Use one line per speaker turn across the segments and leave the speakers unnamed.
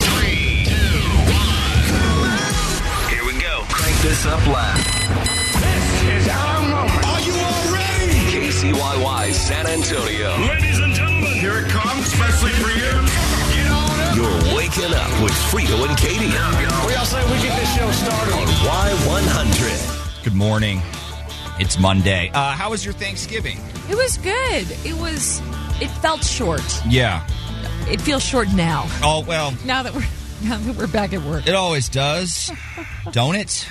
Three, two, one. Here we go. Crank this up loud. This is our moment. Are you all ready? KCYY San Antonio. Ladies and gentlemen, here it comes, especially for you. Get on up. You're waking up with Frito and Katie. We all say we get this show started on Y100.
Good morning. It's Monday. Uh, how was your Thanksgiving?
It was good. It was. It felt short.
Yeah.
It feels short now.
Oh well,
Now that we're now that we're back at work.
it always does, don't it?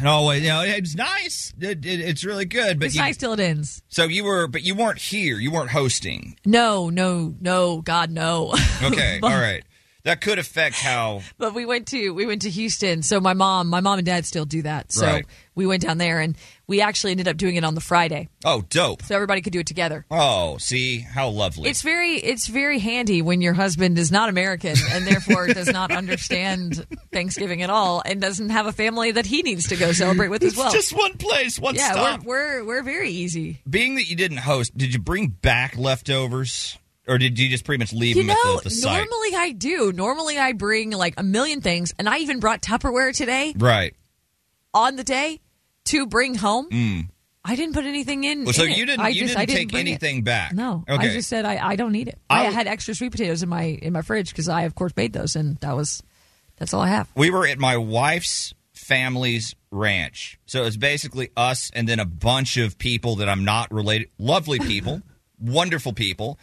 It always, you know, it's nice. It, it- it's really good, but
It's
you,
nice till it ends.
so you were, but you weren't here. You weren't hosting.
No, no, no, God, no.
Okay, all
But-
right. That could affect how.
But we went to we went to Houston. So my mom, my mom and dad still do that. So
Right.
we went down there and we actually ended up doing it on the Friday,
Oh, dope.
so everybody could do it together.
Oh, see how lovely.
It's very it's very handy when your husband is not American and therefore does not understand Thanksgiving at all and doesn't have a family that he needs to go celebrate with as
It's
well.
just one place, one
yeah,
stop.
we're we're we're very easy.
Being that you didn't host, did you bring back leftovers, or did you just pretty much leave
You
them
know,
at the, the site?
normally I do. Normally I bring like a million things, and I even brought Tupperware today
Right.
on the day to bring home. I didn't put anything in.
Mm. Well, so
in it.
you didn't.
I
you
just- I
didn't take
bring it.
anything back.
No,
Okay.
I just said I, I don't need it. I,
I'll-
had extra sweet potatoes in my in my fridge because I of course made those, and that was that's all I have.
we were at my wife's family's ranch. So it's basically us and then a bunch of people that I'm not related. Lovely people, wonderful people.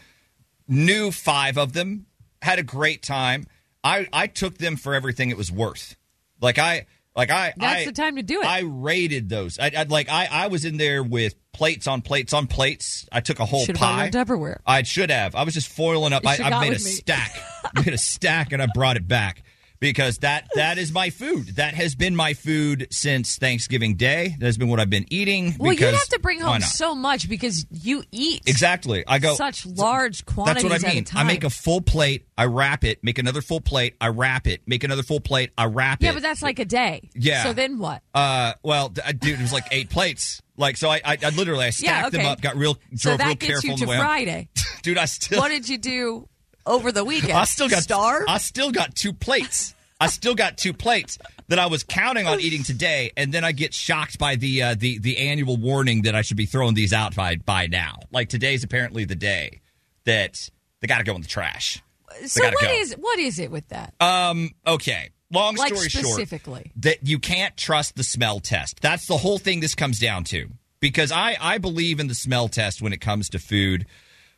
Knew five of them. Had a great time. I I took them for everything it was worth. Like I like I.
That's
I-
the time to do it.
I rated those. I, I like I I was in there with plates on plates on plates. I took a whole
Should
pie.
have brought your Tupperware.
I should have. I was just foiling up.
You
I,
should
I
got
made a
with me.
stack. made a stack, and I brought it back because that that is my food. That has been my food since Thanksgiving Day. That has been what I've been eating.
Well, you
because-
have to bring
why
home
not?
so much because you eat
exactly. I go.
such large
that's
quantities.
what I
at a
mean. I
time.
make a full plate. I wrap it. Make another full plate. I wrap it. Make another full plate. I wrap
yeah,
it.
but that's like a day.
Yeah.
So then what?
Uh, well, th- I- dude, it was like eight plates. Like, so I, I, I literally, I
Yeah,
stacked
okay.
them up, got real, drove
so that
real
gets
careful
you
on
to
the way. home.
Friday.
Dude, I still,
what did you do over the weekend?
I still got,
star.
I still got two plates. I still got two plates that I was counting on eating today, and then I get shocked by the uh, the the annual warning that I should be throwing these out by by now. Like today's apparently the day that they got to go in the trash.
so
gotta
what
go.
is what is it with that?
Um. Okay. Long
like
story short,
specifically,
that you can't trust the smell test. That's the whole thing this comes down to. Because I, I believe in the smell test when it comes to food,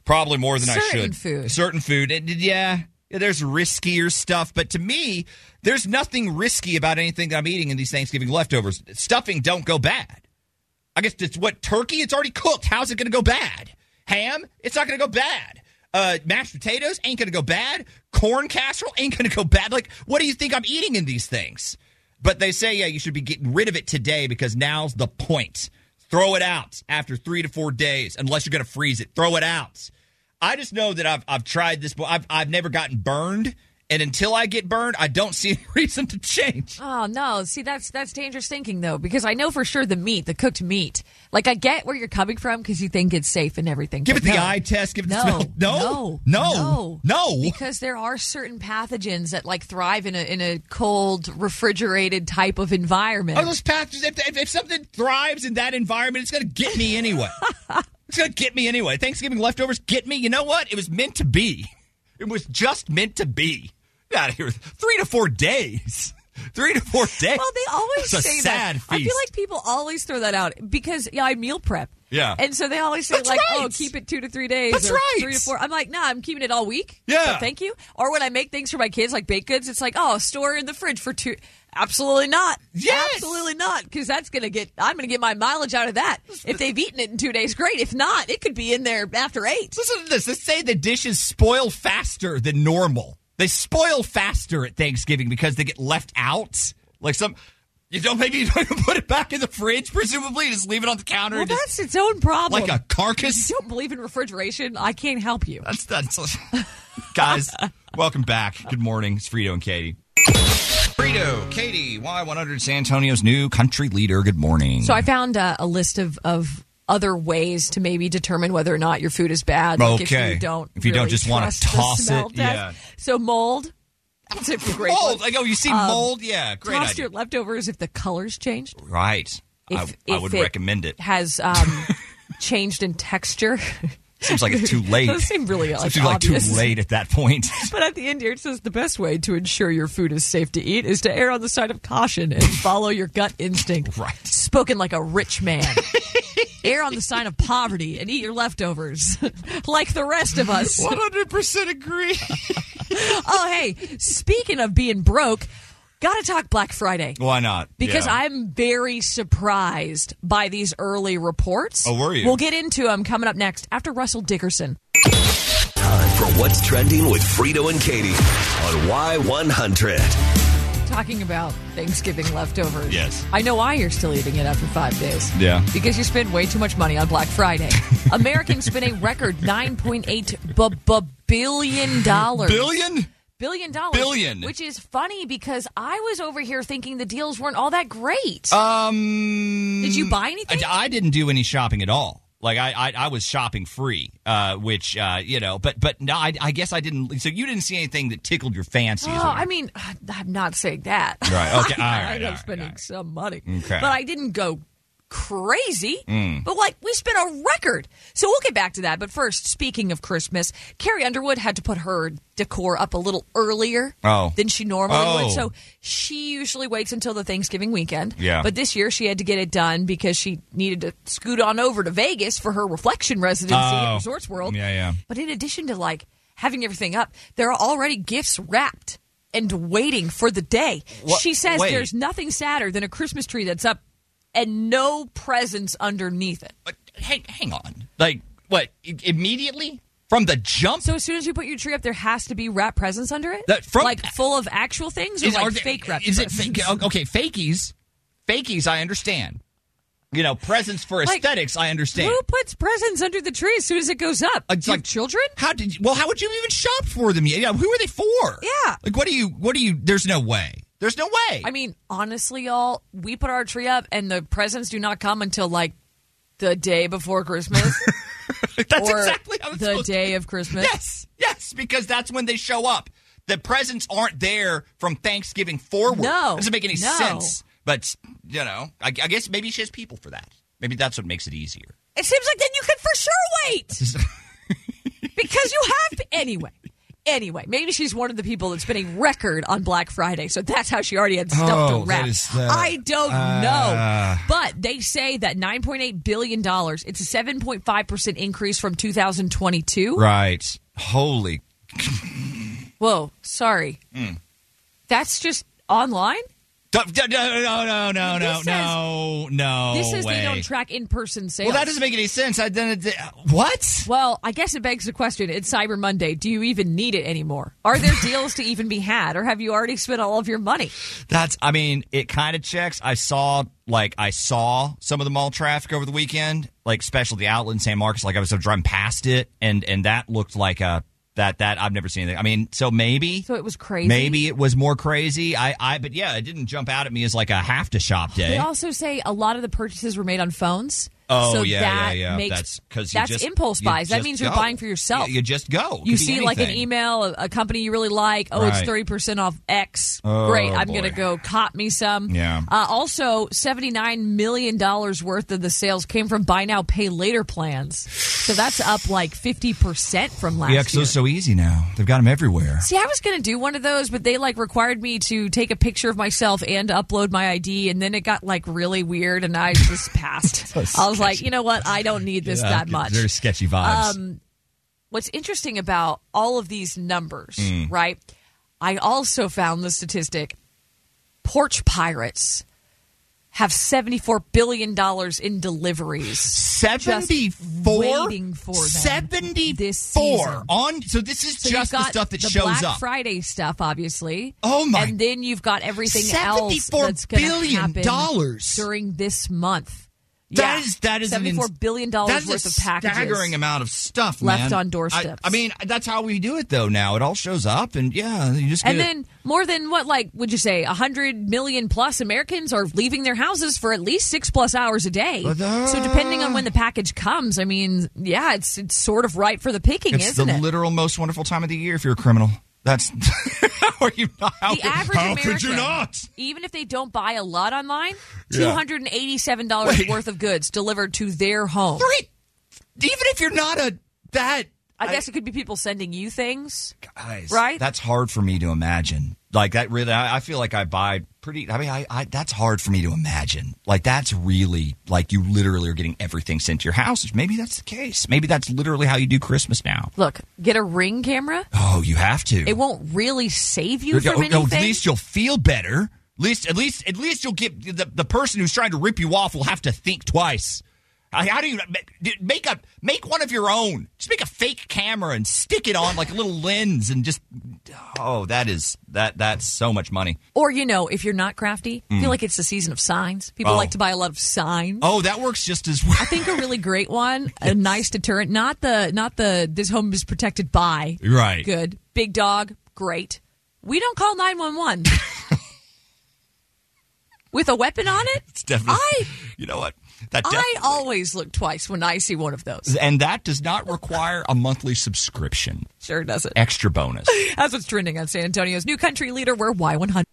probably more than I
Certain
should.
food.
Certain food. And, yeah, yeah, there's riskier stuff. But to me, there's nothing risky about anything that I'm eating in these Thanksgiving leftovers. Stuffing don't go bad. I guess it's what turkey. It's already cooked. How's it going to go bad? Ham. It's not going to go bad. Uh, mashed potatoes ain't going to go bad. Corn casserole ain't going to go bad. Like, what do you think I'm eating in these things? But they say, yeah, you should be getting rid of it today because now's the point. Throw it out after three to four days, unless you're going to freeze it. Throw it out. I just know that I've I've tried this, but I've I've never gotten burned, and until I get burned, I don't see any reason to change.
oh no, see that's that's dangerous thinking though because I know for sure the meat, the cooked meat. Like I get where you're coming from because you think it's safe and everything.
Give it
but
the
no.
eye test. Give it the
No,
smell.
no,
no, no, no.
Because there are certain pathogens that like thrive in a in a cold, refrigerated type of environment.
Are Oh, those pastors? If, if, if something thrives in that environment, it's going to get me anyway. it's going to get me anyway. Thanksgiving leftovers get me. You know what? It was meant to be. It was just meant to be. Get out of here. Three to four days. Three to four days.
Well, they always
it's a
say
sad
that.
Feast.
I feel like people always throw that out because yeah, I meal prep.
Yeah.
and so they always say
That's
like,
right.
"Oh, keep it two to three days."
That's
or
right.
Three to four. I'm like, "Nah, I'm keeping it all week."
Yeah.
So thank you. Or when I make things for my kids, like baked goods, it's like, "Oh, store in the fridge for two. Absolutely not.
Yes.
Absolutely not. Because that's gonna get. I'm gonna get my mileage out of that. If they've eaten it in two days, great. If not, it could be in there after eight.
Listen to this. They say the dishes spoil faster than normal. They spoil faster at Thanksgiving because they get left out. Like some, you don't maybe you don't put it back in the fridge, presumably, just leave it on the counter.
Well,
and just-
that's its own problem.
like a
If
carcass.
you don't believe in refrigeration, I can't help you.
That's that's. Guys, welcome back. Good morning. It's Frito and Katie. Frito, Katie, Y100 San Antonio's new country leader. Good morning.
So I found uh, a list of, of other ways to maybe determine whether or not your food is bad. Like if
Okay.
you don't,
If you don't
really
just wanna
trust the
toss
smell
it,
test.
yeah.
So mold. That's a great
mold.
One.
Like, oh, you see
Um,
mold? Yeah, great
toss
idea.
your leftovers if the colors changed.
right. I,
If,
I
if
would recommend it.
Has um, changed in texture.
Seems like it's too late.
Those seem really, like,
Seems like too
obvious.
late at that point.
But at the end here, it says the best way to ensure your food is safe to eat is to err on the side of caution and follow your gut instinct.
Right.
Spoken like a rich man. err on the side of poverty and eat your leftovers like the rest of us.
100% agree.
Oh, hey, speaking of being broke, got to talk Black Friday.
Why not?
Because
Yeah.
I'm very surprised by these early reports.
Oh, were you?
We'll get into them coming up next after Russell Dickerson.
Time for What's Trending with Frito and Katie on Y100.
Talking about Thanksgiving leftovers.
Yes.
I know why you're still eating it after five days.
Yeah.
Because you spend way too much money on Black Friday. Americans spent a record $9.8 bu- bu- billion dollars.
Billion?
Billion dollars.
Billion.
Which is funny because I was over here thinking the deals weren't all that great.
Um,
Did you buy
I,
anything?
I didn't do any shopping at all. Like I, I, I was shopping free, uh, which uh, you know, but but no, I, I guess I didn't. So you didn't see anything that tickled your fancy. is
Oh,
what you're-
I mean, I'm not saying that.
Right, okay, all
I
right,
ended
all
up
right,
spending
all right.
some money.
Okay. Mm.
But I didn't go crazy. But, like, we spent a record. So we'll get back to that. But first, speaking of Christmas, Carrie Underwood had to put her decor up a little earlier
Oh.
than she normally
Oh.
would. So she usually waits until the Thanksgiving weekend.
Yeah.
But this year, she had to get it done because she needed to scoot on over to Vegas for her reflection residency
Oh.
at Resorts World.
Yeah, yeah.
But in addition to like having everything up, there are already gifts wrapped and waiting for the day.
What-
She says
wait.
there's nothing sadder than a Christmas tree that's up and no presents underneath it.
But hang, hang on. Like what? i- Immediately from the jump?
So as soon as you put your tree up, there has to be wrapped presents under it,
That- from-
like full of actual things or
are
like
they-
fake wrapped
Is it
presents.
fake? Okay, fakies, fakies. I understand. You know, presents for
Like,
aesthetics. I understand.
Who puts presents under the tree as soon as it goes up?
It's
Do you have children?
How did? You, well, how would you even shop for them? Yeah, who are they for?
Yeah.
Like, what do you? What do you? There's no way. There's no way.
I mean, honestly, y'all, we put our tree up and the presents do not come until like the day before Christmas.
that's
or
exactly how it's
the
supposed to
day
be.
of Christmas.
Yes, yes, because that's when they show up. The presents aren't there from Thanksgiving forward.
No,
doesn't make any
no.
sense. But you know, I, I guess maybe she has people for that. Maybe that's what makes it easier.
It seems like then you could for sure wait because you have anyway. Anyway, maybe she's one of the people that's been a record on Black Friday, so that's how she already had stuff
Oh,
to
that
wrap.
is, uh,
I don't
uh,
know, but they say that 9.8 billion dollars. It's a 7.5 percent increase from 2022.
Right. Holy.
Whoa, sorry,
Hmm.
that's just online.
No, no, no, no, no, no,
This
no, no.
This is they
way.
don't track in person sales.
Well, that doesn't make any sense. I then it- what?
Well, I guess it begs the question it's Cyber Monday. Do you even need it anymore? Are there deals to even be had, or have you already spent all of your money?
That's, I mean, it kind of checks. I saw, like, I saw some of the mall traffic over the weekend, like, specialty outlet in San Marcos. Like, I was driving past it, and and that looked like a that that I've never seen anything. I mean, so maybe,
So it was crazy.
maybe it was more crazy. I, I, but yeah, it didn't jump out at me as like a have to shop
They
day.
also say a lot of the purchases were made on phones.
Oh
so
yeah,
that
yeah, yeah.
Makes,
that's because
that's impulse buys. That means you're buying for yourself.
You, you just go. It
You
could be
see, like an
anything.
email, a, a company you really like. Oh, it's
Right.
thirty percent off X.
Oh,
Great, I'm
boy.
gonna go cop me some.
Yeah.
Uh, also, seventy nine million dollars worth of the sales came from buy now, pay later plans. So that's up like fifty percent from last
Yeah,
year.
because those are so easy now. They've got them everywhere.
See, I was going to do one of those, but they like required me to take a picture of myself and upload my ID, and then it got like really weird, and I just passed. I was like, you know what? I don't need this that much. Um,
They're sketchy vibes.
What's interesting about all of these numbers,
Mm.
right? I also found the statistic: porch pirates have $74 billion in deliveries.
Seventy-four,
waiting for them this
seventy-four
season.
on. So this is
So you've
just the
got
stuff that
the
shows
Black
up.
Friday stuff, obviously.
Oh, my-
And then you've got everything else
$74
that's going to
billion
happen
dollars.
during this month.
That
Yeah.
is that is an ins-
seventy-four billion dollars
that is
worth
a
of packages.
Staggering amount of stuff
left
man.
on doorsteps.
I, I mean, that's how we do it though. Now it all shows up, and yeah, you just
And
get it.
then more than what, like, would you say, hundred million plus Americans are leaving their houses for at least six plus hours a day.
uh,
so depending on when the package comes, I mean, yeah, it's it's sort of right for the picking,
it's
isn't
the
it?
literal most wonderful time of the year if you're a criminal. That's how are you not? How,
the average
how
American,
could you not?
Even if they don't buy a lot online,
Yeah.
two hundred and eighty-seven dollars
Wait.
worth of goods delivered to their home.
Great. Even if you're not a that,
I guess it could be people sending you things.
guys,
Right?
That's hard for me to imagine. Like that really, I, I feel like I buy pretty. I mean, I, I that's hard for me to imagine. Like that's really like you literally are getting everything sent to your house. Maybe that's the case. Maybe that's literally how you do Christmas now.
Look, get a ring camera.
Oh, you have to.
It won't really save you
You're-
from
oh,
anything.
oh, at least you'll feel better. At least, at least, at least you'll get the, the person who's trying to rip you off will have to think twice. How how do you make a make one of your own? Just make a fake camera and stick it on like a little lens and just oh, that is that that's so much money.
Or, you know, if you're not crafty, I feel like it's the season of signs. People
Mm. Oh.
like to buy a lot of signs.
Oh, that works just as well.
I think a really great one, a nice deterrent, not the not the this home is protected by.
Right.
Good. Big dog, great. We don't call 911. With a weapon on it?
It's definitely.
I
you know what? That
I
definitely-
always look twice when I see one of those.
and that does not require a monthly subscription.
Sure doesn't.
Extra bonus.
That's what's trending on San Antonio's new country leader. We're Y100.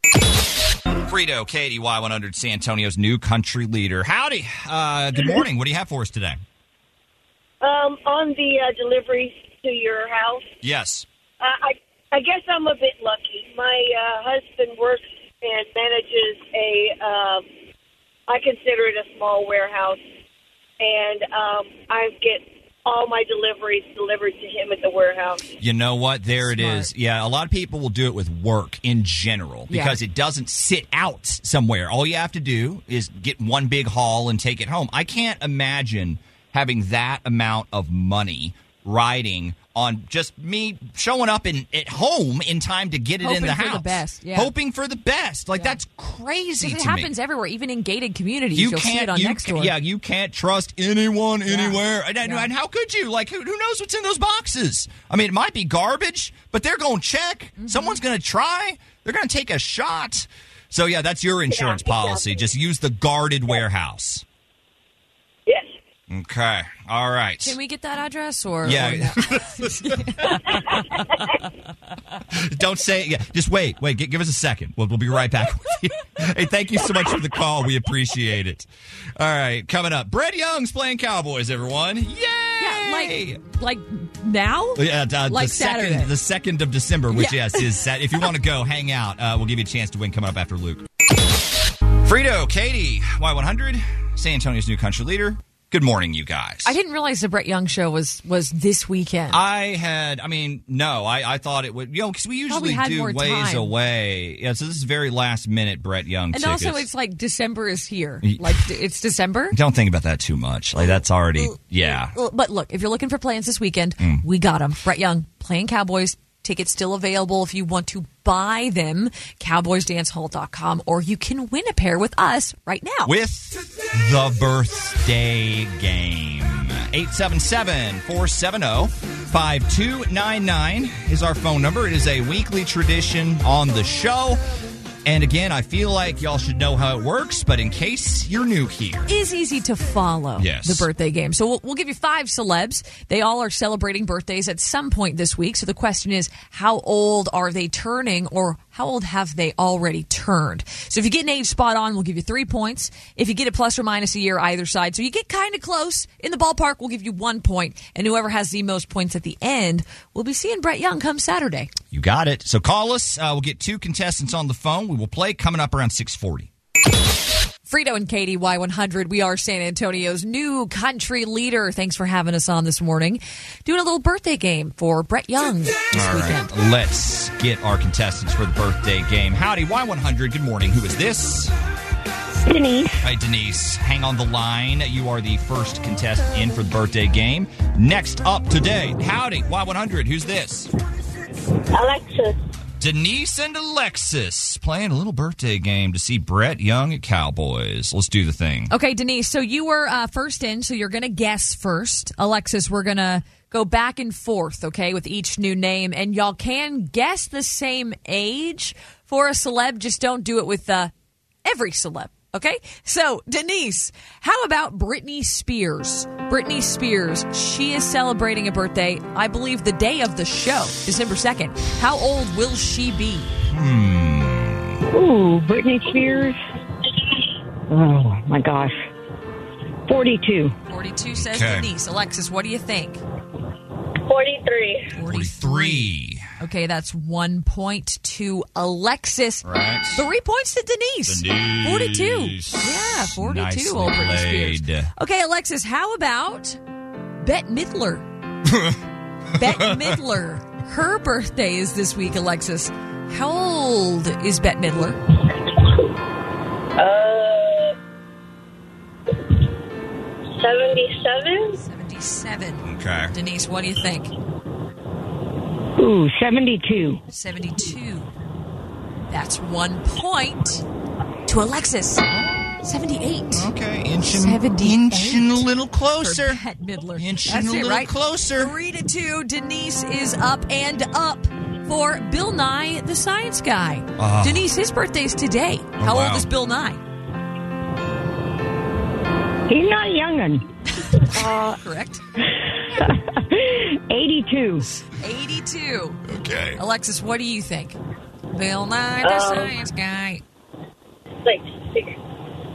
Frito, KDY 100, San Antonio's new country leader. Howdy. Uh, good morning. What do you have for us today?
Um, on the uh, deliveries to your house,
Yes.
uh, I I guess I'm a bit lucky. My uh, husband works and manages a um, I consider it a small warehouse, and um, I get all my deliveries delivered to him at the warehouse.
You know what? There it
Smart.
is. Yeah, a lot of people will do it with work in general
Yeah.
because it doesn't sit out somewhere. All you have to do is get one big haul and take it home. I can't imagine having that amount of money riding on just me showing up in at home in time to get it in
Hoping
the
for the
house.
best, yeah.
Hoping for the best. Like that's crazy to
It
me.
happens everywhere, even in gated communities.
you
will
can't
see it on
you
next
ca-
door.
yeah you can't trust anyone anywhere and, and-
Yeah.
and how could you like who, who knows what's in those boxes i mean it might be garbage but they're gonna check
Mm-hmm.
someone's gonna try they're gonna take a shot so yeah that's your insurance policy
exactly.
just use the guarded warehouse
Yes.
okay all right
Can we get that address or or
yeah
no?
don't say yeah just wait wait gi- give us a second we'll, we'll be right back with you. hey thank you so much for the call we appreciate it all right coming up brett young's playing cowboys everyone yay
Yeah, like like now?
Yeah, uh,
Like
the second,
Saturday.
the second of December, which
Yeah.
yes is set. If you want to go, hang out. Uh, we'll give you a chance to win coming up after Luke. Frito, Katie, Y100, San Antonio's new country leader. Good morning, you guys.
I didn't realize the Brett Young show was was this weekend.
I had, I mean, no, I, I thought it would, you know, because we usually
had
do
more
ways
time.
away. Yeah, so this is very last minute Brett Young
and
tickets.
also, it's like December is here.
Y-
Like d- it's December.
Don't think about that too much. Like, that's already, yeah.
Well, But look, if you're looking for plans this weekend, we got them. Brett Young playing Cowboys. Tickets still available if you want to buy them. CowboysDanceHall.com, or you can win a pair with us right now.
with the birthday game. 877 470 5299 is our phone number. It is a weekly tradition on the show. And again, I feel like y'all should know how it works, but in case you're new here,
is easy to follow
Yes.
the birthday game. So we'll, we'll give you five celebs. They all are celebrating birthdays at some point this week. So the question is, how old are they turning or how old have they already turned? So if you get an age spot on, we'll give you three points. If you get it plus or minus a year either side, so you get kind of close in the ballpark, we'll give you one point. And whoever has the most points at the end, we'll be seeing Brett Young come Saturday.
you got it. So call us. Uh, we'll get two contestants on the phone. We will play coming up around 640.
Frito and Katie, Y100. We are San Antonio's new country leader. Thanks for having us on this morning. Doing a little birthday game for Brett Young this
All
weekend.
right, let's get our contestants for the birthday game. Howdy, Y100. Good morning. Who is this?
Denise.
Hi, Denise. Hang on the line. You are the first contestant in for the birthday game. Next up today, howdy, Y100. Who's this?
Alexis.
Denise and Alexis playing a little birthday game to see Brett Young at Cowboys. Let's do the thing.
Okay, Denise. So you were uh, first in, so you're going to guess first. Alexis, we're going to go back and forth, okay, with each new name, and y'all can guess the same age for a celeb. Just don't do it with uh, every celeb. Okay, so Denise, how about Britney Spears? Britney Spears, she is celebrating a birthday, I believe, the day of the show, December 2nd. How old will she be?
Ooh, Britney Spears. Oh my gosh. Forty-two.
42 says
Okay.
Denise. Alexis, what do you think?
43.
43.
Okay, that's one point to Alexis.
Right.
Three points to Denise.
Denise.
42. Yeah, 42
Nicely
old Britney Spears.
played.
Okay, Alexis, how about Bette Midler? Bette Midler. Her birthday is this week, Alexis. How old is Bette
Hmm.
Midler?
Uh, 77?
77.
Okay.
Denise, what do you think?
Ooh, seventy-two.
72. That's one point to Alexis. 78.
Okay, inching,
78.
inching a little
for
closer.
Bette Midler.
Inching
That's
a
it,
little
right?
closer.
Three to two. Denise is up and up for Bill Nye, the science guy.
Ah. Oh,
Denise, his birthday's today. How
wow.
old is Bill Nye?
He's not Uh, youngin.
Correct?
Eighty-two.
82.
Okay.
Alexis, what do you think? Bill Nye, the
Um,
science guy.
Like six,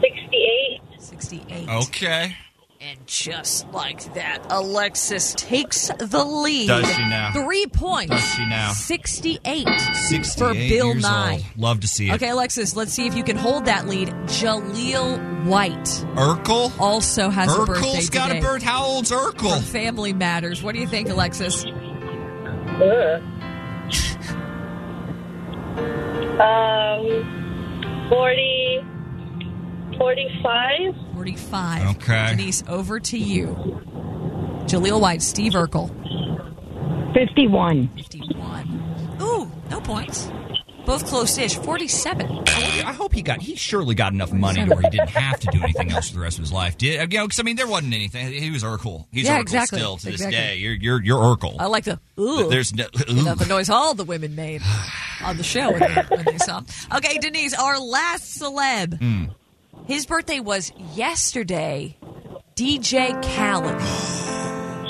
68?
68.
Oh. Okay.
And just like that, Alexis takes the lead.
Does she now?
Three points.
Does she now?
68.
68
For Bill
years
Nye.
old. Love to see it.
Okay, Alexis, let's see if you can hold that lead. Jaleel White
Urkel?
also has a Oh, birthday
Urkel's
today.
got a bird. How old's
From
Urkel?
Family Matters. What do you think, Alexis?
Um, 40, 45?
45.
Okay.
Denise, over to you. Jaleel White, Steve Urkel,
Fifty-one.
51. Ooh, no points. Both close-ish. 47.
I hope he got. He surely got enough money to where he didn't have to do anything else for the rest of his life. Did you know? Because I mean, there wasn't anything. He was Urkel. He's
Yeah,
Urkel
exactly.
still to this
Exactly. Oh.
day. You're you're you're Urkel.
I like the ooh.
There's no.
Now, the noise all the women made on the show when they, when they saw him. Okay, Denise, our last celeb.
Hmm.
His birthday was yesterday. DJ Khaled.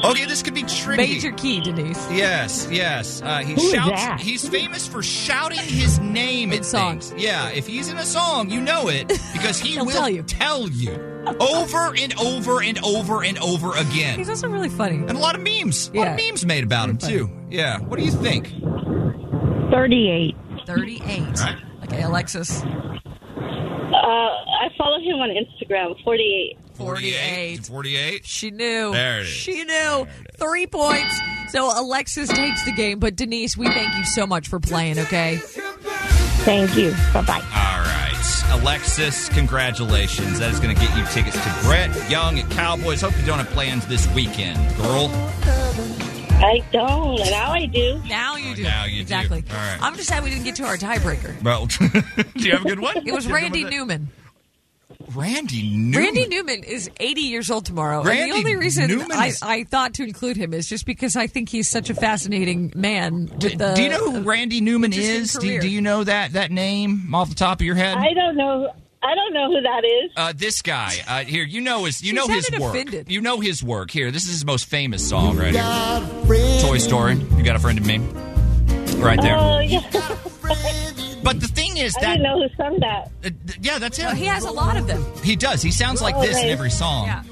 Okay, Oh, this could be tricky.
Major key, Denise.
Yes, yes. Uh, he
Who is
shouts.
that?
He's famous for shouting his name
In
at
songs.
things. Yeah, if he's in a song, you know it because he
He'll
will
tell you.
tell you over and over and over and over again.
He's also really funny.
And a lot of memes. A lot of
Yeah.
memes made about him too. Yeah. What do you think?
Thirty-eight.
38.
Right.
Okay, Alexis.
Uh, I follow him on Instagram, 48.
48.
48.
She knew.
There it is.
She knew. Three points. So Alexis takes the game, but Denise, we thank you so much for playing, okay?
Thank you. Bye-bye.
All right. Alexis, congratulations. That is going to get you tickets to Brett Young at Cowboys. Hope you don't have plans this weekend, girl.
I don't, and now I do.
Now you do.
Now you do.
exactly.
All right.
I'm just sad we didn't get to our tiebreaker.
Well, do you have a good one?
It was
You have a good
Randy
one?
Newman.
Randy Newman.
Randy Newman is 80 years old tomorrow. and
Randy
the only reason
Newman
I,
is-
I thought to include him is just because I think he's such a fascinating man. With the,
do you know who Randy Newman
interesting
is? Do,
career.
do you know that that name off the top of your head?
I don't know. I don't know who that is.
uh, this guy uh, here, you know his, you know his
sounded
work.
offended.
You know his work. Here, this is his most famous song right here. Toy Story. You got a friend in me, right there.
Oh, yeah.
But the thing is
I
that,
didn't know who sung that.
uh, th- yeah, that's him.
He has a lot of them.
He does. He sounds like this in
Okay.
every song.
Yeah.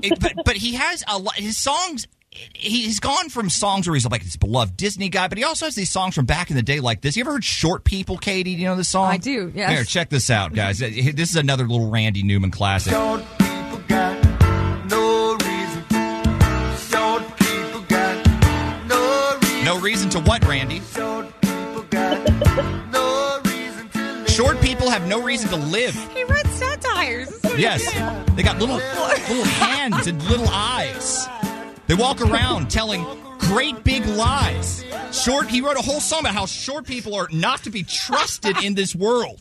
It- but but he has a lot. His songs. he- He's gone from songs where he's like this beloved Disney guy, but he also has these songs from back in the day like this. You ever heard "Short People"? Katie, do you know this song?
I do, yes.
Here, check this out, guys. Uh, he- This is another little Randy Newman classic.
Short people got no reason. Short people got no reason.
No reason to what, Randy?
Short people got no reason to live.
Short people have no reason to live.
He read satires. That's what he
Yes.
did.
They got little little hands and little eyes. They walk around telling great big lies. Short he wrote a whole song about how short people are not to be trusted in this world.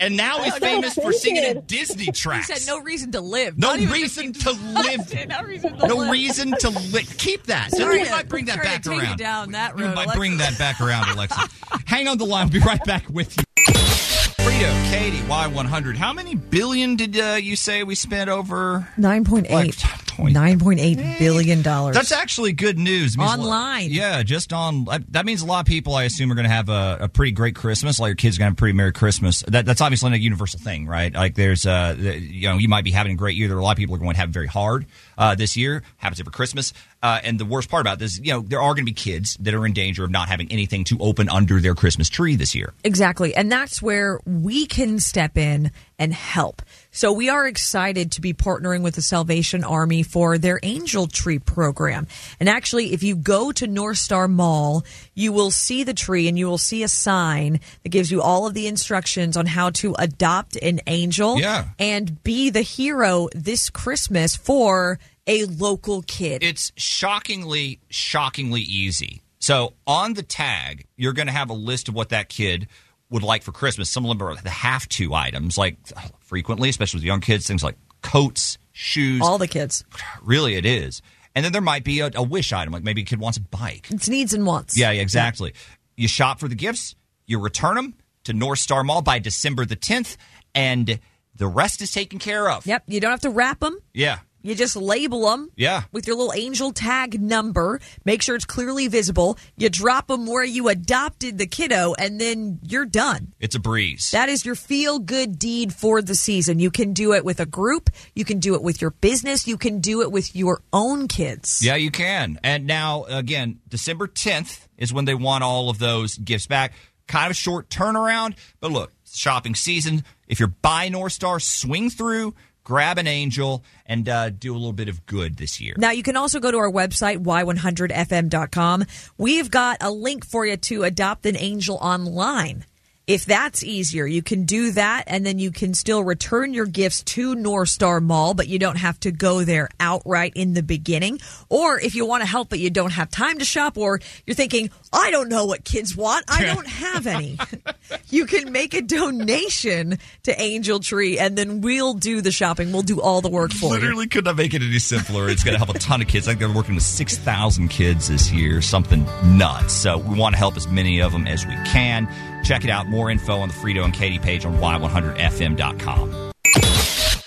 And now he's famous for singing in Disney
He
tracks.
said no reason to live.
No
Not even
reason
if he-
to live.
no reason to live.
No reason to li- keep that. So
Sorry
we
to-
might bring that
sorry to
back
take you
around.
down that
We
road,
might
Alexis.
bring that back around, Alexa. Hang on the line. We'll be right back with you. Frito, Katie, Y100. How many billion did uh, you say we spent over?
Nine point eight.
point-
Nine point eight billion dollars.
That's actually good news. It means a lot-
Online.
yeah, just on. I- That means a lot of people, I assume, are going to have a, a pretty great Christmas. Like your kids going to have a pretty merry Christmas. That, that's obviously not a universal thing, right? Like there's, uh, the- you know, you might be having a great year. There are a lot of people are going to have it very hard uh, this year. Happens every Christmas. Uh, and the worst part about this, you know, there are going to be kids that are in danger of not having anything to open under their Christmas tree this year.
Exactly. And that's where we can step in and help. So we are excited to be partnering with the Salvation Army for their Angel Tree program. And actually, if you go to North Star Mall, you will see the tree and you will see a sign that gives you all of the instructions on how to adopt an angel
Yeah.
and be the hero this Christmas for a local kid.
it's shockingly, shockingly easy. So on the tag, you're going to have a list of what that kid would like for Christmas. Some of them are the have to items, like frequently, especially with young kids, things like coats, shoes.
all the kids.
really, it is. And then there might be a, a wish item, like maybe a kid wants a bike.
It's needs and wants.
Yeah, yeah, exactly. You shop for the gifts, you return them to North Star Mall by December the 10th, and the rest is taken care of.
Yep. You don't have to wrap them.
Yeah.
You just label them.
Yeah.
With your little angel tag number. Make sure it's clearly visible. You drop them where you adopted the kiddo, and then you're done.
It's a breeze.
That is your feel good deed for the season. You can do it with a group. You can do it with your business. You can do it with your own kids.
Yeah, you can. And now, again, December 10th is when they want all of those gifts back. Kind of short turnaround, but look, shopping season. If you're by North Star, swing through, grab an angel, and uh, do a little bit of good this year.
Now, you can also go to our website, y100fm.com. We've got a link for you to adopt an angel online. If that's easier, you can do that, and then you can still return your gifts to North Star Mall, but you don't have to go there outright in the beginning. Or if you want to help, but you don't have time to shop, or you're thinking, I don't know what kids want, I don't have any. you can make a donation to Angel Tree, and then we'll do the shopping. We'll do all the work for you.
Literally could not make it any simpler. It's going to help a ton of kids. I think they're working with 6,000 kids this year, something nuts. So we want to help as many of them as we can. Check it out. More info on the Frito and Katie page on y100fm.com.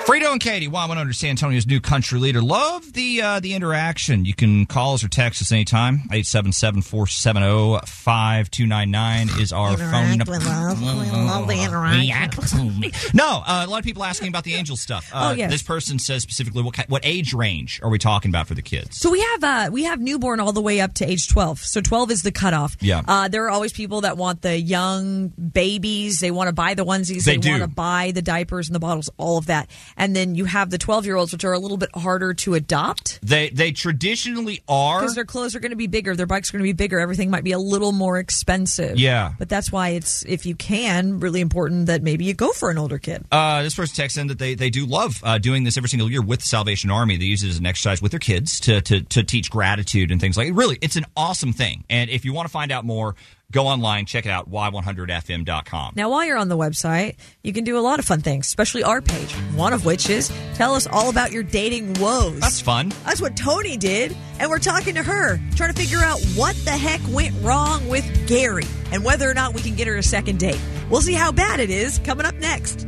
Frito and Katie, Y100 San Antonio's new country leader. Love the uh, the interaction. You can call us or text us anytime. 877 470 5299 is our phone number. No, uh, a lot of people asking about the angel stuff. Uh,
Oh, yes.
This person says specifically what ki- what age range are we talking about for the kids?
So we have uh, we have newborn all the way up to age twelve. So twelve is the cutoff.
Yeah.
Uh, there are always people that want the young babies. They want to buy the onesies.
They
They,
do.
want to buy the diapers and the bottles, all of that. And then you have the twelve year olds, which are a little bit harder to adopt
They they traditionally are.
because their clothes are going to be bigger, their bikes are going to be bigger, everything might be a little more expensive.
Yeah.
But that's why it's if you can, really important that maybe you go for an older kid.
Uh, this person texts in that they, they do love uh, doing this every single year with the Salvation Army. They use it as an exercise with their kids to, to, to teach gratitude and things like Really, it's an awesome thing. And if you want to find out more, go online, check it out, y100fm.com.
Now, while you're on the website, you can do a lot of fun things, especially our page. One of which is tell us all about your dating woes.
That's fun.
That's what Tony did. And we're talking to her, trying to figure out what the heck went wrong with Gary and whether or not we can get her a second date. We'll see how bad it is coming up next.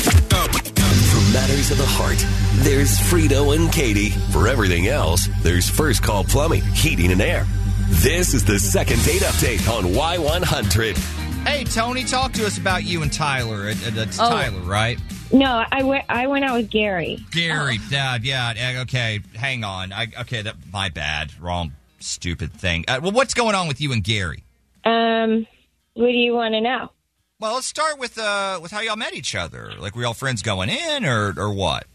For matters of the heart, there's Frito and Katie. For everything else, there's First Call Plumbing, Heating and Air. This is the second date update on Y100.
Hey, Tony, talk to us about you and Tyler. Uh, uh, That's Tyler, right?
No, I went, I went out with Gary.
Gary,
Oh.
Dad, yeah, eh, okay, hang on. I, okay, that my bad, wrong, stupid thing. Uh, well, what's going on with you and Gary?
Um, what do you want to know?
Well, let's start with uh, with how y'all met each other. Like, were y'all friends going in, or or what?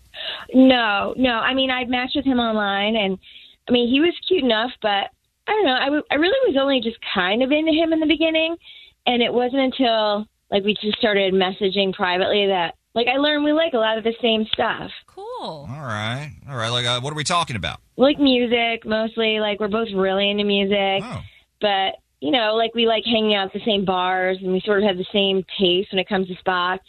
No, no. I mean, I matched with him online, and I mean, he was cute enough, but I don't know. I, w- I really was only just kind of into him in the beginning, and it wasn't until like we just started messaging privately that like I learned we like a lot of the same stuff.
Cool.
All right. All right. Like, uh, what are we talking about?
Like music mostly, like we're both really into music.
Oh,
But, you know, like we like hanging out at the same bars and we sort of have the same taste when it comes to spots.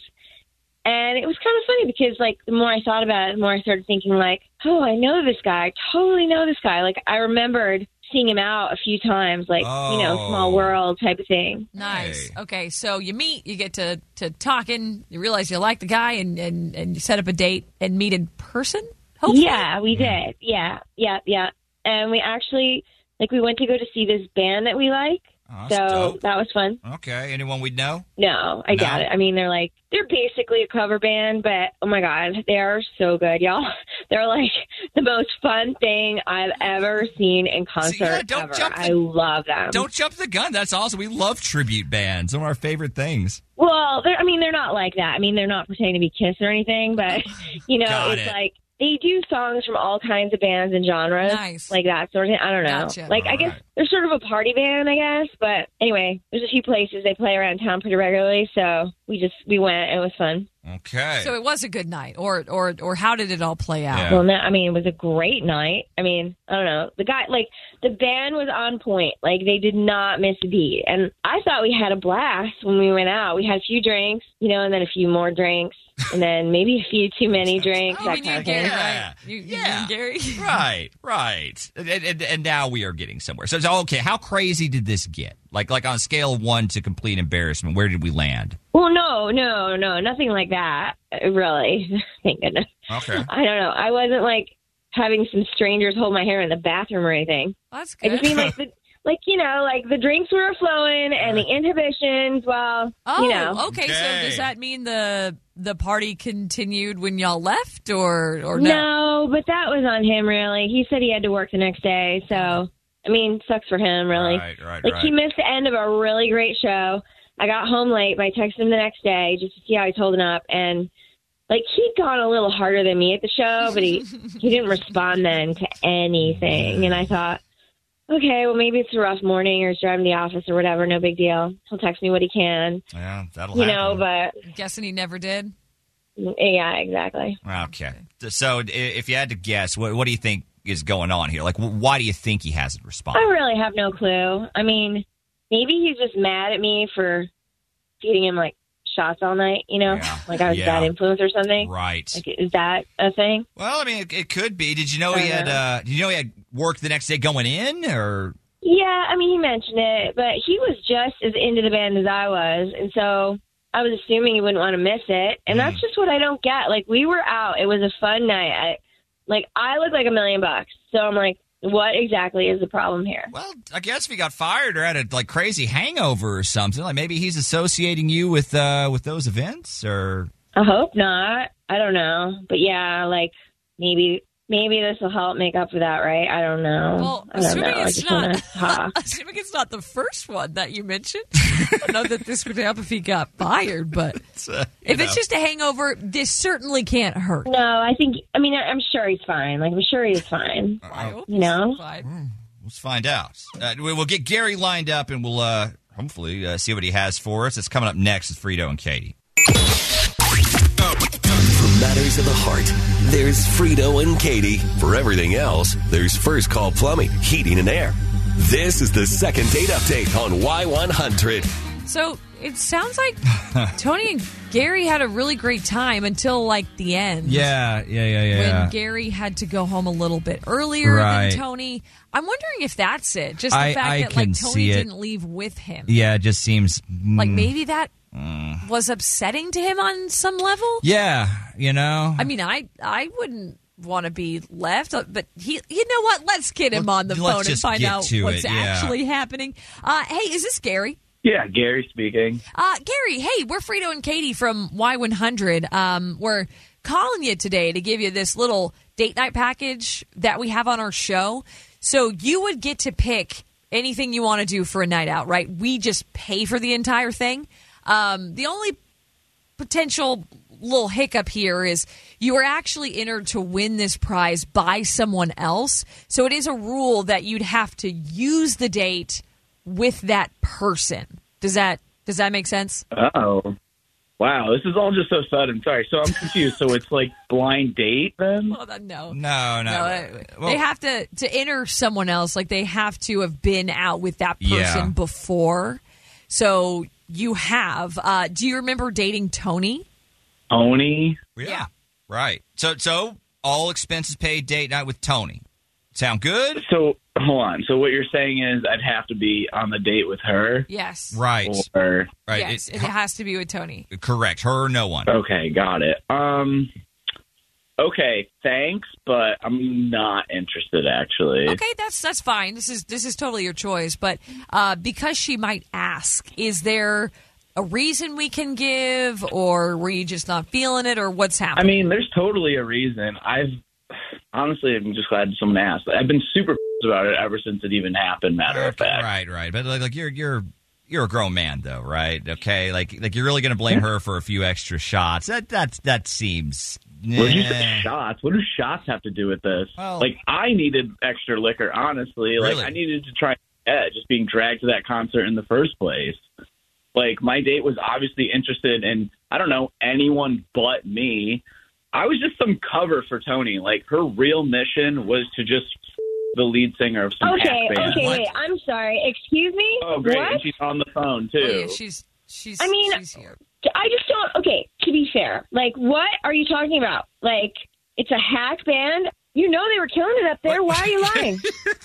And it was kind of funny because like the more I thought about it, the more I started thinking like, Oh, I know this guy. I totally know this guy. Like I remembered seeing him out a few times, like, you know,
Oh.
small world type of thing.
Nice. Okay, so you meet, you get to to talking, you realize you like the guy, and and and you set up a date and meet in person. Hopefully.
Yeah, we did. Yeah, yeah, yeah. And we actually like we went to go to see this band that we like.
Oh, that's
so
dope.
that was fun.
Okay. Anyone we'd know?
No, I doubt
No?
it. I mean, they're like they're basically a cover band, but oh my god, they are so good, y'all. They're like the most fun thing I've ever seen in concert.
yeah, don't
ever.
jump the-
I love them.
Don't jump the gun. That's awesome. We love tribute bands. One of our favorite things.
Well, they're, I mean, they're not like that. I mean, they're not pretending to be Kiss or anything, but you know,
Oh, Got
it's
it.
like they do songs from all kinds of bands and genres,
Nice.
like that sort of thing. I don't know.
Gotcha.
Like, I guess they're sort of a party band, I guess. But anyway, there's a few places they play around town pretty regularly, so we just we went. It was fun.
Okay.
So it was a good night, or or or how did it all play out?
Yeah.
Well, no, I mean, it was a great night. I mean, I don't know. The guy, like, the band was on point. Like, they did not miss a beat. And I thought we had a blast when we went out. We had a few drinks, you know, and then a few more drinks, and then maybe a few too many drinks,
Oh,
that
and you
kind
and
of
Gary,
thing.
Yeah.
right? You, you
Yeah.
and Gary.
right. Right. And, and, and now we are getting somewhere. So, so, okay. How crazy did this get? Like, like on a scale of one to complete embarrassment, where did we land?
Well, no, no, no, nothing like that, uh, really. Thank goodness.
Okay.
I don't know. I wasn't, like, having some strangers hold my hair in the bathroom or anything.
That's
I
good.
just mean, like, the. Like you know, like the drinks were flowing and the inhibitions. Well,
oh,
you know,
okay,
Okay.
So does that mean the the party continued when y'all left, or or no?
No, but that was on him, really. He said he had to work the next day. So, I mean, sucks for him, really.
Right. Right.
like, he
right.
missed the end of a really great show. I got home late, but I texted him the next day just to see how he's holding up. And, like, he'd gone a little harder than me at the show, but he, he didn't respond then to anything. And I thought, okay, well, maybe it's a rough morning or he's driving to the office or whatever. No big deal. He'll text me what he can,
Yeah. That'll
you
happen.
know, but
I'm guessing he never did.
yeah, exactly.
Okay. So i- if you had to guess, what, what do you think is going on here? Like, wh- why do you think he hasn't
I
responded?
really have no clue. I mean, maybe he's just mad at me for feeding him like shots all night. You know,
Yeah.
like I was
Yeah.
bad influence or something.
Right.
Like, is that a thing?
Well, I mean, it, it could be. Did you know he had? Uh, did you know he had work the next day going in, or
Yeah, I mean, he mentioned it, but he was just as into the band as I was, and so I was assuming he wouldn't want to miss it.
Hmm.
And that's just what I don't get. Like, we were out; it was a fun night. I, like, I look like a million bucks, so I'm like, what exactly is the problem here?
well, I guess if he got fired or had a like crazy hangover or something, like maybe he's associating you with uh, with those events, or
I hope not. I don't know. But yeah, like maybe maybe this will help make up for that, right? I don't know.
Well,
I don't know.
assuming
I
it's
just want
not,
to talk.
assuming it's not the first one that you mentioned. I don't know that this would help if he got fired, but
it's, uh, you
if it's
know.
just a hangover, this certainly can't hurt.
No, I think I mean I- I'm sure he's fine. Like I'm sure he's fine.
I hope
You know?
it's fine.
let's find out. Uh, we- we'll get Gary lined up, and we'll uh, hopefully uh, see what he has for us. It's coming up next with Frito and Katie.
For matters of the heart, there's Frito and Katie. For everything else, there's First Call Plumbing, Heating and Air. This is the second date update on Y100.
So it sounds like Tony and Gary had a really great time until like the end.
Yeah, yeah, yeah,
When Gary had to go home a little bit earlier
Right.
than Tony. I'm wondering if that's it. Just the
I-
fact
I
that like
can
Tony
see it.
didn't leave with him.
yeah. It just seems mm,
Like maybe that was upsetting to him on some level.
yeah, you know.
I mean, I I wouldn't want to be left, uh, but he, you know what? Let's get him
Let's-
on the
let's
phone and
just
find
get
out
to
what's
it, yeah.
actually happening. Uh, hey, is this Gary?
Yeah, Gary speaking.
Uh, Gary, hey, we're Frito and Katie from Y100. Um, we're calling you today to give you this little date night package that we have on our show. So you would get to pick anything you want to do for a night out, right? We just pay for the entire thing. Um, the only potential little hiccup here is you are actually entered to win this prize by someone else. So it is a rule that you'd have to use the date with that person. Does that Does that make sense?
Oh. Wow, this is all just so sudden. Sorry. So I'm confused. so it's like blind date then?
Well, then, no.
No, no.
I-
Well-
they have to to enter someone else. Like they have to have been out with that person
Yeah.
before. So you have. Uh, do you remember dating Tony?
Tony?
Yeah. Right. So so all expenses paid date night with Tony. Sound good?
So hold on. So what you're saying is I'd have to be on the date with her?
Yes.
Right.
Or
Right.
Yes.
It-
It, has to be with Tony.
correct. Her or no one.
Okay, got it. Um Okay, thanks, but I'm not interested actually.
Okay, that's that's fine. This is this is totally your choice. But uh, because she might ask, is there a reason we can give, or were you just not feeling it, or what's
I
happening?
mean, there's totally a reason. I've honestly I'm just glad someone asked. I've been super about it ever since it even happened, matter of fact.
Right, right. But like, like you're you're you're a grown man though, right? Okay. Like like you're really gonna blame her for a few extra shots. That that that seems
What did you say
eh.
shots? What do shots have to do with this?
Well-
like I needed extra liquor, honestly.
Really?
Like I needed to try yeah, just being dragged to that concert in the first place. Like my date was obviously interested in I don't know anyone but me. I was just some cover for Tony. Like her real mission was to just f- the lead singer of some
Okay,
hack band.
okay, wait. I'm sorry. Excuse me?
Oh great,
What?
and she's on the phone
Oh,
too.
yeah, she's she's.
I mean-
she's here.
I just don't. Okay, to be fair, like, what are you talking about? Like, it's a hack band. You know they were killing it up there. Why are you lying?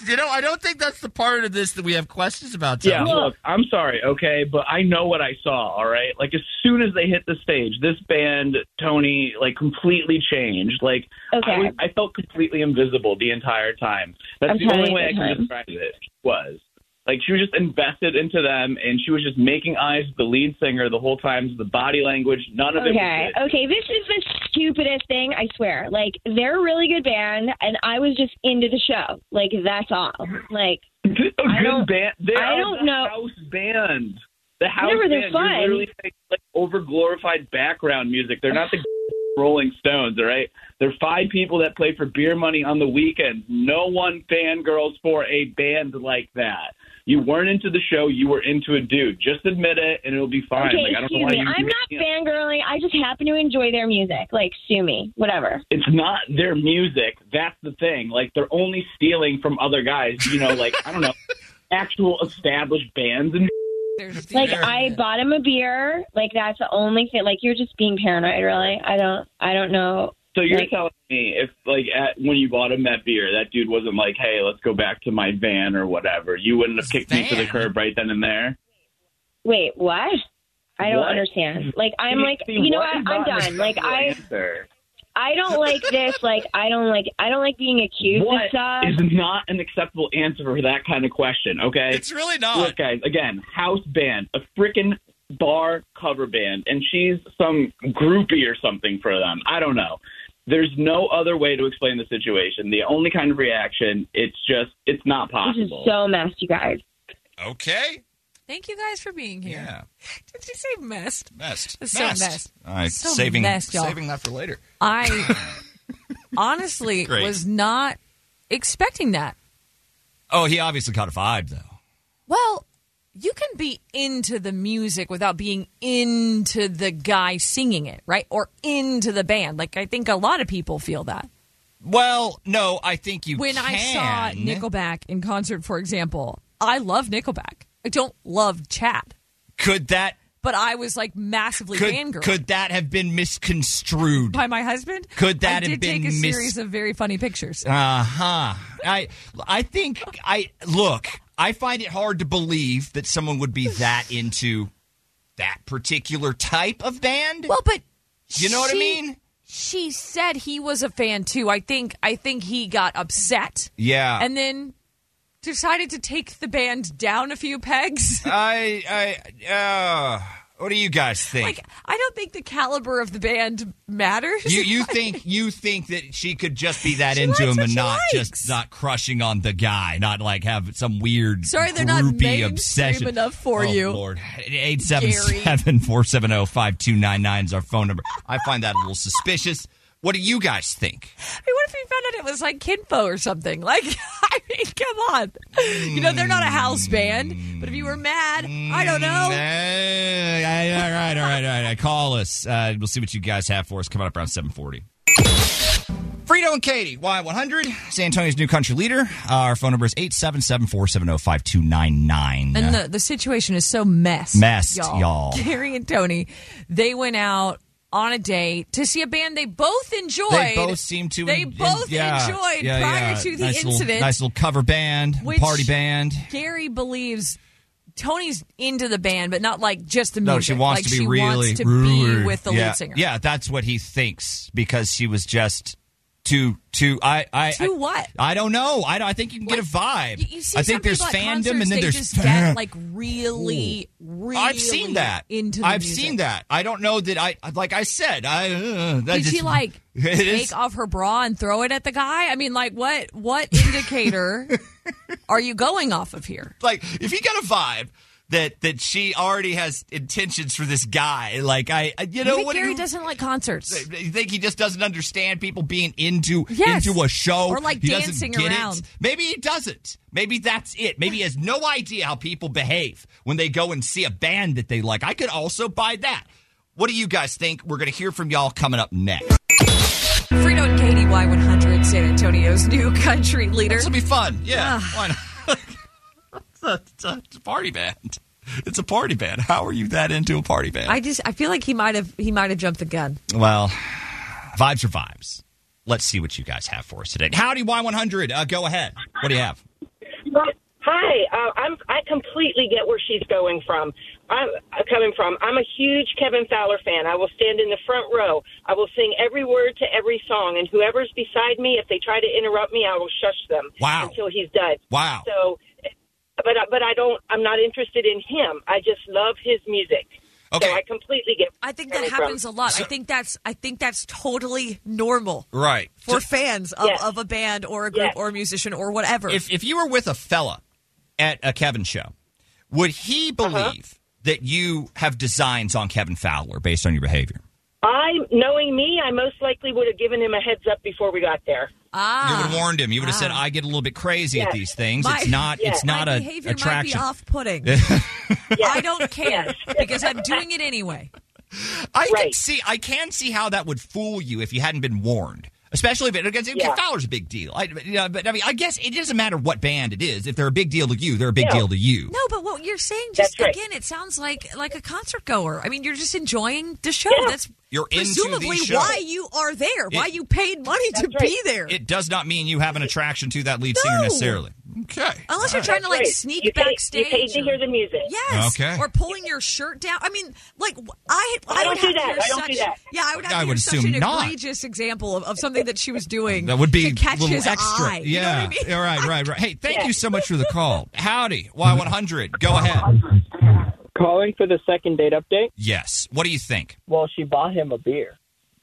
You know, I don't think that's the part of this that we have questions about.
Yeah,
Tony.
look, I'm sorry, okay, but I know what I saw, all right? Like as soon as they hit the stage, this band, Tony, like completely changed. Like
Okay.
I, was, I felt completely invisible the entire time. That's
I'm
the
having
only
a
way I
good
can
time.
describe it. Was like she was just invested into them, and she was just making eyes at the lead singer the whole time. The body language, none of it.
Okay,
Was good.
okay. This is the stupidest thing, I swear. Like, they're a really good band, and I was just into the show. Like, that's all. Like, I
A good
don't-
band. They
I
are
don't
the
know.
House band. The house
Never, they're
band.
fun.
You're literally saying, like over glorified background music. They're not the Rolling Stones, all right? They're five people that play for beer money on the weekends. No one fangirls for a band like that. You weren't into the show. You were into a dude. Just admit it, and it'll be fine.
okay,
like, I don't know
excuse
why
me.
you.
I'm not
can't.
fangirling. I just happen to enjoy their music. Like, sue me. Whatever.
it's not their music. That's the thing. Like they're only stealing from other guys. You know, like I don't know, actual established bands and
There's
Like, I bought him a beer. Like, that's the only thing. Like, you're just being paranoid, really. I don't, I don't know.
So you're
Like-
telling me if like at when you bought him that beer, that dude wasn't like, "Hey, let's go back to my van" or whatever. You wouldn't have kicked me to the
Van?
curb right then and there.
Wait, what? I don't
What?
understand. Like, I'm
See-
like,
see,
you know
what
what?
is
I'm
not an
done. Like,
acceptable
I,
answer?
I don't like this. Like, I don't like, I don't like being accused
what
of stuff.
is not an acceptable answer for that kind of question? Okay,
It's really
look,
not.
guys. Again, house band, a freaking bar cover band, and she's some groupie or something for them. I don't know. There's no other way to explain the situation. The only kind of reaction, it's just, it's not
This is
possible.
so messed, you guys.
Okay.
Thank you guys for being here.
Yeah.
Did you say messed?
Messed.
It's so messed.
All right.
So
saving
messed, y'all.
saving that for later.
I honestly
Great.
was not expecting that.
Oh, he obviously caught a vibe though.
Well, you can be into the music without being into the guy singing it, right? Or into the band. Like I think a lot of people feel that.
Well, no, I think you
When I saw
can.
Nickelback in concert, for example, I love Nickelback. I don't love Chad,
could that
but I was like massively
could,
fangirl.
could that have been misconstrued?
by my husband.
Could that
I
have
did
been
take a
mis-
series of very funny pictures?
Uh huh. I I think I look. I find it hard to believe that someone would be that into that particular type of band.
Well, but
you know what I
she-
mean?
She said he was a fan too. I think I think he got upset
Yeah.
and then decided to take the band down a few pegs.
I I uh, what do you guys think?
like I don't think the caliber of the band matters.
you you think you think that she could just be that into
likes
him
what
and
she
not
likes.
just not crushing on the guy, not like have some weird
Sorry they're not
groupie
mainstream
obsession
enough for
oh,
you.
Lord, eight oh seven seven four seven zero five two nine nine is our phone number. I find that a little suspicious. What do you guys think?
I mean, what if we found out it was like Kinfo or something? Like, I mean, come on. You know, they're not a house band, but if you were mad, I
Mm,
don't know. Oh.
Hey, I- all right, all right, all right. Call us. Uh, we'll see what you guys have for us coming up around 740. Frito and Katie, Y100, San Antonio's new country leader. Uh, our phone number is 877 470 5299.
And the, the situation is so messed.
Messed, y'all.
Gary and Tony, they went out on a date to see a band they both enjoyed.
They both seem to.
They
en-
both
yeah,
enjoyed
yeah,
prior
yeah.
to the
Nice little-
incident.
nice little cover band,
Which-
party band.
Gary believes Tony's into the band, but not like just the music.
No, she wants
like
to be
she
really,
wants to
really-
be with the
yeah,
lead singer.
Yeah, that's what he thinks because she was just too, too. I, I,
Too
I-
what?
I don't know. I, don't, I think you can get a vibe.
You, you see
I think
some
there's
people at
fandom,
concerts,
and then
they
there's
just
fan-
get like really, really.
I've seen that.
Into the
I've
music.
seen that. I don't know that I like I said. I uh, that
Did
just,
she like
It
take
is-
off her bra and throw it at the guy? I mean, like what? What indicator are you going off of here?
like if you got a vibe that that she already has intentions for this guy, like I, I- you know
think
what do
Gary
you-
doesn't like concerts.
You think he just doesn't understand people being into
Yes.
into a show
Or, like,
He doesn't
dancing
get it?
around.
Maybe he doesn't. Maybe that's it. Maybe he has no idea how people behave when they go and see a band that they like. I could also buy that. What do you guys think? We're going to hear from y'all coming up next.
Frito and Katie Y100, San Antonio's new country leader.
This will be fun. Yeah, why not? it's, a, it's a- it's a party band. It's a party band. How are you that into a party band?
I just I feel like he might have he might have jumped the gun.
Well, vibes are vibes. Let's see what you guys have for us today. Howdy Y100. Uh, go ahead. What do you have?
Hi, uh, I'm. I completely get where she's going from. I'm uh, coming from. I'm a huge Kevin Fowler fan. I will stand in the front row. I will sing every word to every song, and whoever's beside me, if they try to interrupt me, I will shush them
Wow.
until he's done.
Wow.
So, but I- but I don't. I'm not interested in him. I just love his music.
Okay.
So I completely get.
I think that happens a lot. I think that's I think that's totally normal
Right.
for fans of,
Yes.
of a band or a group or a musician or whatever.
If, if you were with a fella at a Kevin show, would he
Uh-huh.
believe that you have designs on Kevin Fowler based on your behavior?
I, knowing me, I most likely would have given him a heads up before we got there.
you would have warned him. You would have said, "I get a little bit crazy at
Ah. Yes.
these things.
My-
it's not. It's
yes.
not
My
a
behavior
attraction."
might be off-putting. I don't care because I'm doing it anyway.
I can see. I can see how that would fool you if you hadn't been warned. Especially if it against
Yeah.
Fowler's a big deal. I, you know, but I mean, I guess it doesn't matter what band it is. If they're a big deal to you, they're a big
Yeah.
deal to you.
No, but what you're saying just
That's right.
again, it sounds like like a concert goer. I mean, you're just enjoying the show. That's
You're into the
presumably
show.
why you are there, why
It-
you paid money to be there.
It does not mean you have an attraction to that lead singer
No. Um,
necessarily. Okay.
Unless you're
All
trying to like
Right.
sneak
You paid- you
backstage,
paid to hear the music.
Yes.
Okay.
Or pulling your shirt down. I mean, like w- I,
I
I,
don't
would
do
have to
that.
hear
I don't
such,
do that.
Yeah, I would have
I
to
would
hear such
assume
an
not.
egregious example of, of something that she was doing.
That would be
to catch
a little
his
extra.
eye. You know what
Yeah.
I mean?
All right, right, right. Hey, thank you so much for the call. Howdy, Y100. Go ahead.
Calling for the second date update.
Yes. What do you think?
Well, she bought him a beer.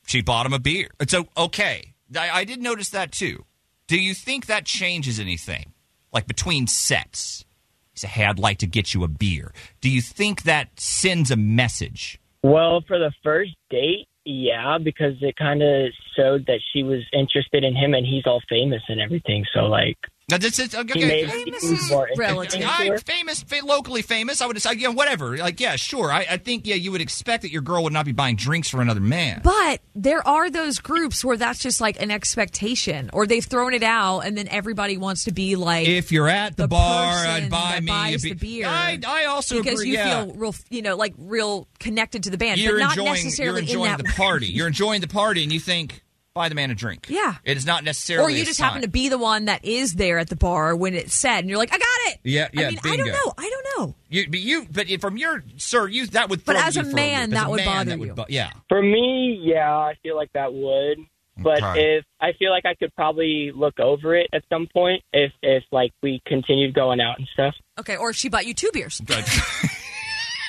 She bought him a beer. It's o okay. I, I did notice that too. Do you think that changes anything? Like between sets? He said, hey, I'd like to get you a beer. Do you think that sends a message?
Well, for the first date, yeah, because it kind of showed that she was interested in him, and he's all famous and everything. So, like,
Now, this is, okay,
He may
famous
be
is
more
relative.
interesting to
I'm
her.
famous, fa- locally famous. I would decide, yeah, whatever. Like, yeah, sure. I, I think, yeah, you would expect that your girl would not be buying drinks for another man.
But there are those groups where that's just like an expectation, or they've thrown it out, and then everybody wants to be like.
If you're at the,
the
bar,
person
I'd buy
that
me
buys
a
the
be-
beer.
I, I also
because
agree,
you
yeah.
feel real, you know, like real connected to the band,
you're
but not
enjoying,
necessarily
you're enjoying
in that
the party. You're enjoying the party, and you think, buy the man a drink.
Yeah.
It is not necessarily.
Or you
a
just
sign.
happen to be the one that is there at the bar when it's said, and you're like, I got it.
Yeah, yeah.
I mean,
bingo.
I don't know. I don't know.
You, but you, but if from your sir, you that would.
But
throw
as
you
a
for
man,
loop. As
that
a
would
man,
bother
that would
you.
bo- yeah.
for me, yeah, I feel like that would. But
Okay.
if I feel like I could probably look over it at some point, if if like we continued going out and stuff.
Okay, or she bought you two beers.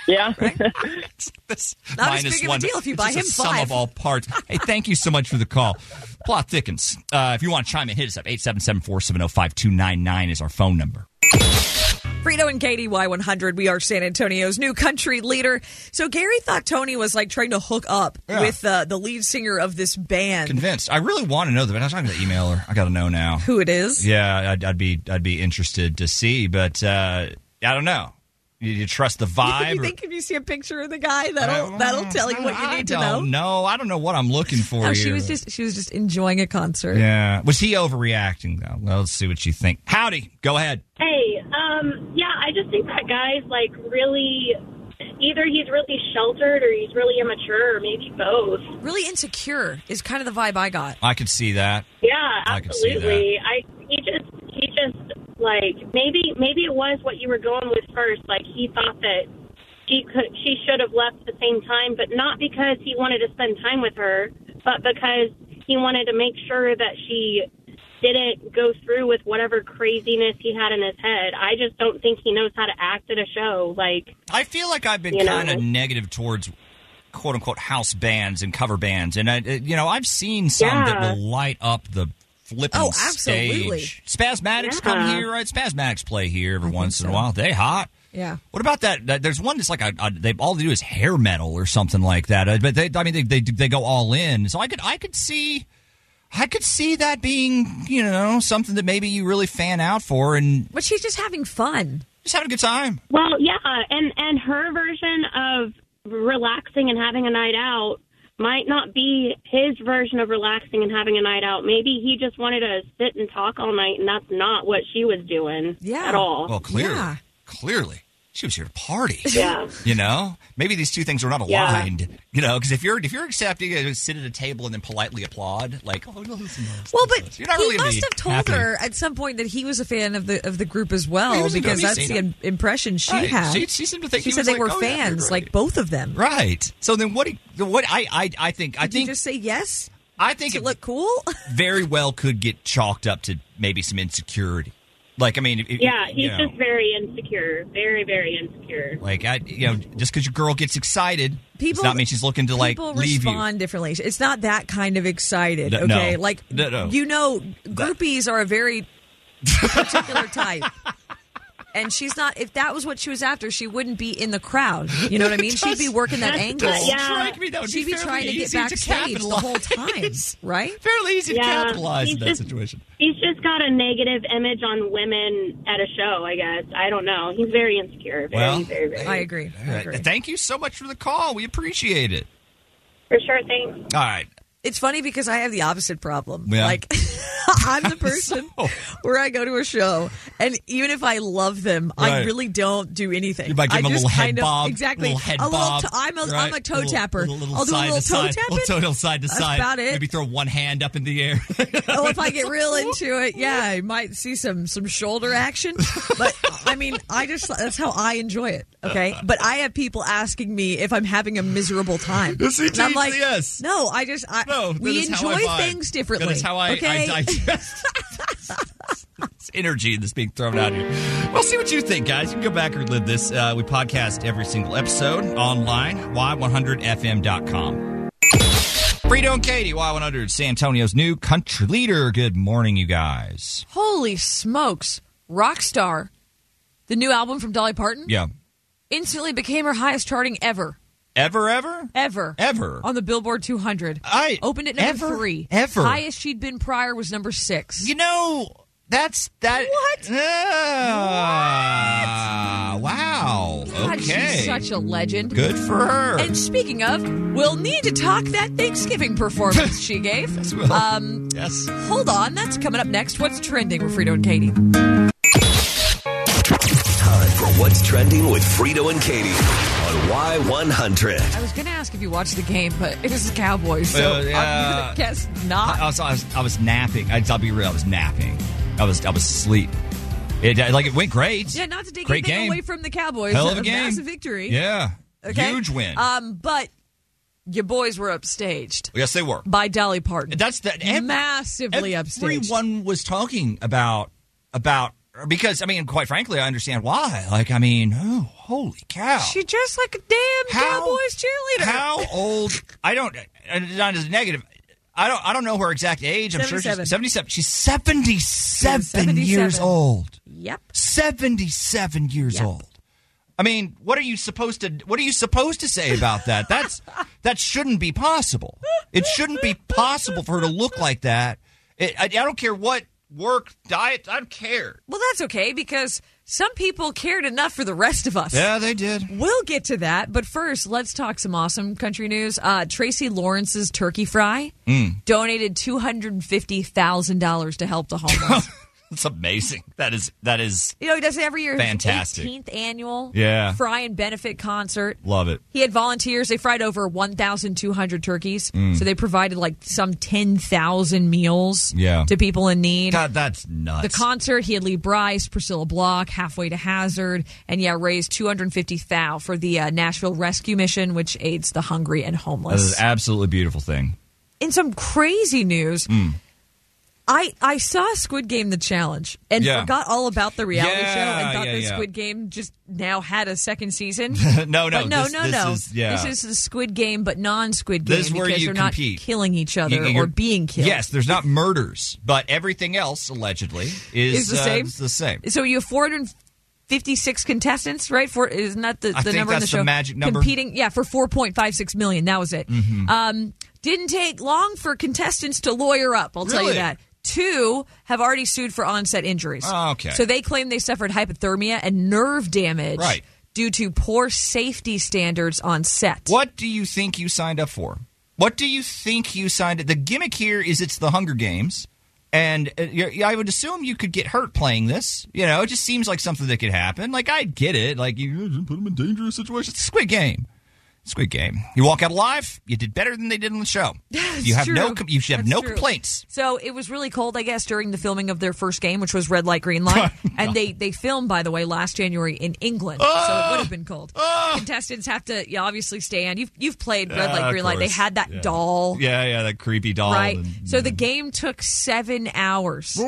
Yeah.
Not as big of a deal if you
It's
buy
just a
him
sum
five.
of all parts. hey, thank you so much for the call. Plot thickens. oh, Uh, if you want to chime in, hit us up. 877-470-5299 is our phone number.
Frito and Katie Y100. We are San Antonio's new country leader. So Gary thought Tony was like trying to hook up
Yeah.
with uh, the lead singer of this band.
Convinced. I really want to know the. I'm talking to the emailer. I got to know now.
Who it is?
Yeah, I'd, I'd be I'd be interested to see, but uh, I don't know. You, you trust the vibe?
you
or-
think if you see a picture of the guy, that'll that'll tell you what you
I
need to know.
don't know. I don't know what I'm looking for.
Oh,
No,
here.
she was just she was just enjoying a concert.
Yeah. Was he overreacting though? Well, let's see what you think. Howdy. Go ahead.
Hey, um, yeah, I just think that guy's like really either he's really sheltered or he's really immature or maybe both.
Really insecure is kind of the vibe I got.
I could see that.
Yeah,
I could see
absolutely. I he just he just like maybe maybe it was what you were going with first. Like he thought that she could she should have left the same time, but not because he wanted to spend time with her, but because he wanted to make sure that she didn't go through with whatever craziness he had in his head. I just don't think he knows how to act at a show. Like
I feel like I've been
You know.
kind of negative towards quote unquote house bands and cover bands, and I, uh, you know I've seen some that
Yeah.
will light up the flipping
Oh, absolutely.
stage. Spasmatics come
Yeah.
here, right? Spasmatics play here every once in a while. They hot.
Yeah.
What about that? that there's one that's like a, a, they all they do is hair metal or something like that. Uh, But they, I mean, they, they they go all in. So I could I could see, I could see that being you know something that maybe you really fan out for, and
but she's just having fun,
just having a good time.
Well, yeah, and and her version of relaxing and having a night out might not be his version of relaxing and having a night out. Maybe he just wanted to sit and talk all night, and that's not what she was doing at all.
Well, clearly, clearly, she was here to party.
Yeah.
You know, maybe these two things were not
Yeah.
aligned. You know, because if you're if you're accepting it, sit at a table and then politely applaud, like, oh, no, listen, no,
Well, but
You're not
he
really
must
indeed
have told
happening.
her at some point that he was a fan of the of the group as
He
well,
was into
because
it.
that's
He's
the
seen
im- impression she
Right.
had.
She- she seemed to think
she
he
said
was
they
like,
were
"Oh, yeah, they're
fans,
great."
like both of them.
right. So then, what? he- the What I I I think I think
just say yes.
I think
to look cool.
very well could get chalked up to maybe some insecurity. Like, I mean, if- if-
yeah,
you
he's
know.
just very insecure, very very insecure.
Like I, you know, just because your girl gets excited,
People-
does not mean she's looking to like
people
leave you.
respond differently. It's not that kind of excited.
No, no.
okay, like
No, no.
you know, groupies are a very particular type. And she's not. If that was what she was after, she wouldn't be in the crowd. You know what I mean? She'd be working that
That's-
angle.
doesn't strike me that would be
She'd be
fairly
trying to get
easy to
backstage the whole time, right?
Fairly easy
to Yeah, capitalize
in
he's
that
just-
situation.
He's just got a negative image on women at a show. I guess I don't know. He's very insecure. Very,
Well,
very, very.
I
agree.
All right. Thank you so much for the call. We appreciate it.
For sure. Thanks.
All right.
It's funny because I have the opposite problem.
Yeah.
Like I'm the person where I go to a show, and even if I love them, I
Right.
really don't do anything.
You might give
I
them a
just
little head
kind of-
bob,
Exactly.
little head
a little
bob,
t- I'm a am
right?
a toe
Little-
tapper.
little- little
I'll do a
side
little
to
toe
side,
tapping.
little toe- little side to
That's
side.
about it.
Maybe throw one hand up in the air.
oh, if I get real into it, yeah, I might see some some shoulder action. But I mean, I just that's how I enjoy it. Okay, but I have people asking me if I'm having a miserable time.
Yes,
and I'm
indeed,
like,
yes.
no, I just I
No, that
we
is how I
enjoy
vibe.
things differently.
That is how I,
okay?
I digest this energy that's being thrown out here. Well, see what you think, guys. You can go back and relive this. Uh, we podcast every single episode online, y100fm.com. Frito and Katie, Y100, San Antonio's new country leader. Good morning, you guys.
Holy smokes. Rockstar, the new album from Dolly Parton,
Yeah.
instantly became her highest charting ever.
Ever, ever?
Ever.
Ever.
On the Billboard 200.
I
opened at number
ever?
three.
Ever.
Highest she'd been prior was number six.
You know, that's that. uh, What? Ah, wow.
God,
okay.
she's such a legend.
Good for her.
And speaking of, we'll need to talk that Thanksgiving performance she gave.
will.
Um,
yes.
Hold on, that's coming up next. What's trending with Frito and Katie?
Time for what's trending with Frito and Katie on Y100.
I was going to ask if you watched the game, but it was the Cowboys, so
Well,
I'm
yeah. Uh,
going to guess not.
I, I was, I, was, I was napping. I, I'll be real. I was napping. I was I was asleep. It uh, like it went great.
yeah, not to take
Great
anything
game.
away from the Cowboys.
Hell of a game.
Massive victory.
Yeah.
Okay?
Huge win.
Um, but your boys were upstaged
yes, they were.
by Dolly Parton.
That's the
massively upstaged.
Everyone was talking about about because I mean, quite frankly, I understand why. Like, I mean, oh, holy cow!
She dressed like a damn
How-
Cowboys cheerleader.
How old? I don't. uh, Not as negative. I don't. I don't know her exact age. I'm sure she's
77.
seventy-seven. She's seventy-seven, years
77.
old.
Yep.
Seventy-seven years old. I mean, what are you supposed to? What are you supposed to say about that? That's that shouldn't be possible. It shouldn't be possible for her to look like that. It, I, I don't care what work diet. I don't care.
Well, that's okay because some people cared enough for the rest of us.
Yeah, they did.
We'll get to that, but first, let's talk some awesome country news. Uh, Tracy Lawrence's turkey fry
Mm.
donated two hundred fifty thousand dollars to help the homeless.
That's amazing. That is. That is.
you know, he does it every year. His
Fantastic.
18th annual
Yeah.
fry and benefit concert.
Love it.
He had volunteers. They fried over 1,200 turkeys.
Mm.
So they provided like some 10,000 meals
Yeah.
to people in need.
God, that's nuts.
The concert, he had Lee Bryce, Priscilla Block, Halfway to Hazard, and yeah, raised 250 thou for the uh, Nashville Rescue Mission, which aids the hungry and
that is
homeless.
an absolutely beautiful thing.
in some crazy news,
Mm.
I, I saw Squid Game the challenge and
Yeah.
forgot all about the reality
Yeah,
show and thought
yeah,
that
yeah.
Squid Game just now had a second season.
No, no,
But no,
this-
no,
this
no.
is- yeah.
This is the Squid Game, but non Squid Game
This is where
because
you
they're
compete.
not killing each other
You- you're-
or being killed.
Yes, there's not murders, but everything else allegedly is,
Is the
uh,
same?
is the same.
So you have 456 contestants, right? For isn't that the,
I
the
think
number in the
that's the
show?
magic number.
Competing, yeah, for 4.56 million. That was it.
Mhm.
Um, didn't take long for contestants to lawyer up. I'll tell you
Really?
that. Two have already sued for onset injuries.
Oh, okay.
So they claim they suffered hypothermia and nerve damage
Right.
due to poor safety standards on set.
What do you think you signed up for? What do you think you signed? The gimmick here is it's the Hunger Games, and uh, you- I would assume you could get hurt playing this. You know, it just seems like something that could happen. Like I get it. Like you put them in dangerous situations. It's a Squid Game. Squid Game. You walk out alive. You did better than they did on the show. you have no.
true.
com- You should have
That's
no
true.
complaints.
So it was really cold, I guess, during the filming of their first game, which was Red Light, Green Light. and they, they filmed, by the way, last January in England. so it would have been cold. Contestants have to you obviously stand. You've, you've played Red
Oh! Yeah,
Light,
of
Green Light. They
course.
had that
Yeah.
doll.
Yeah, yeah, that creepy doll.
Right.
and-
so the game took seven hours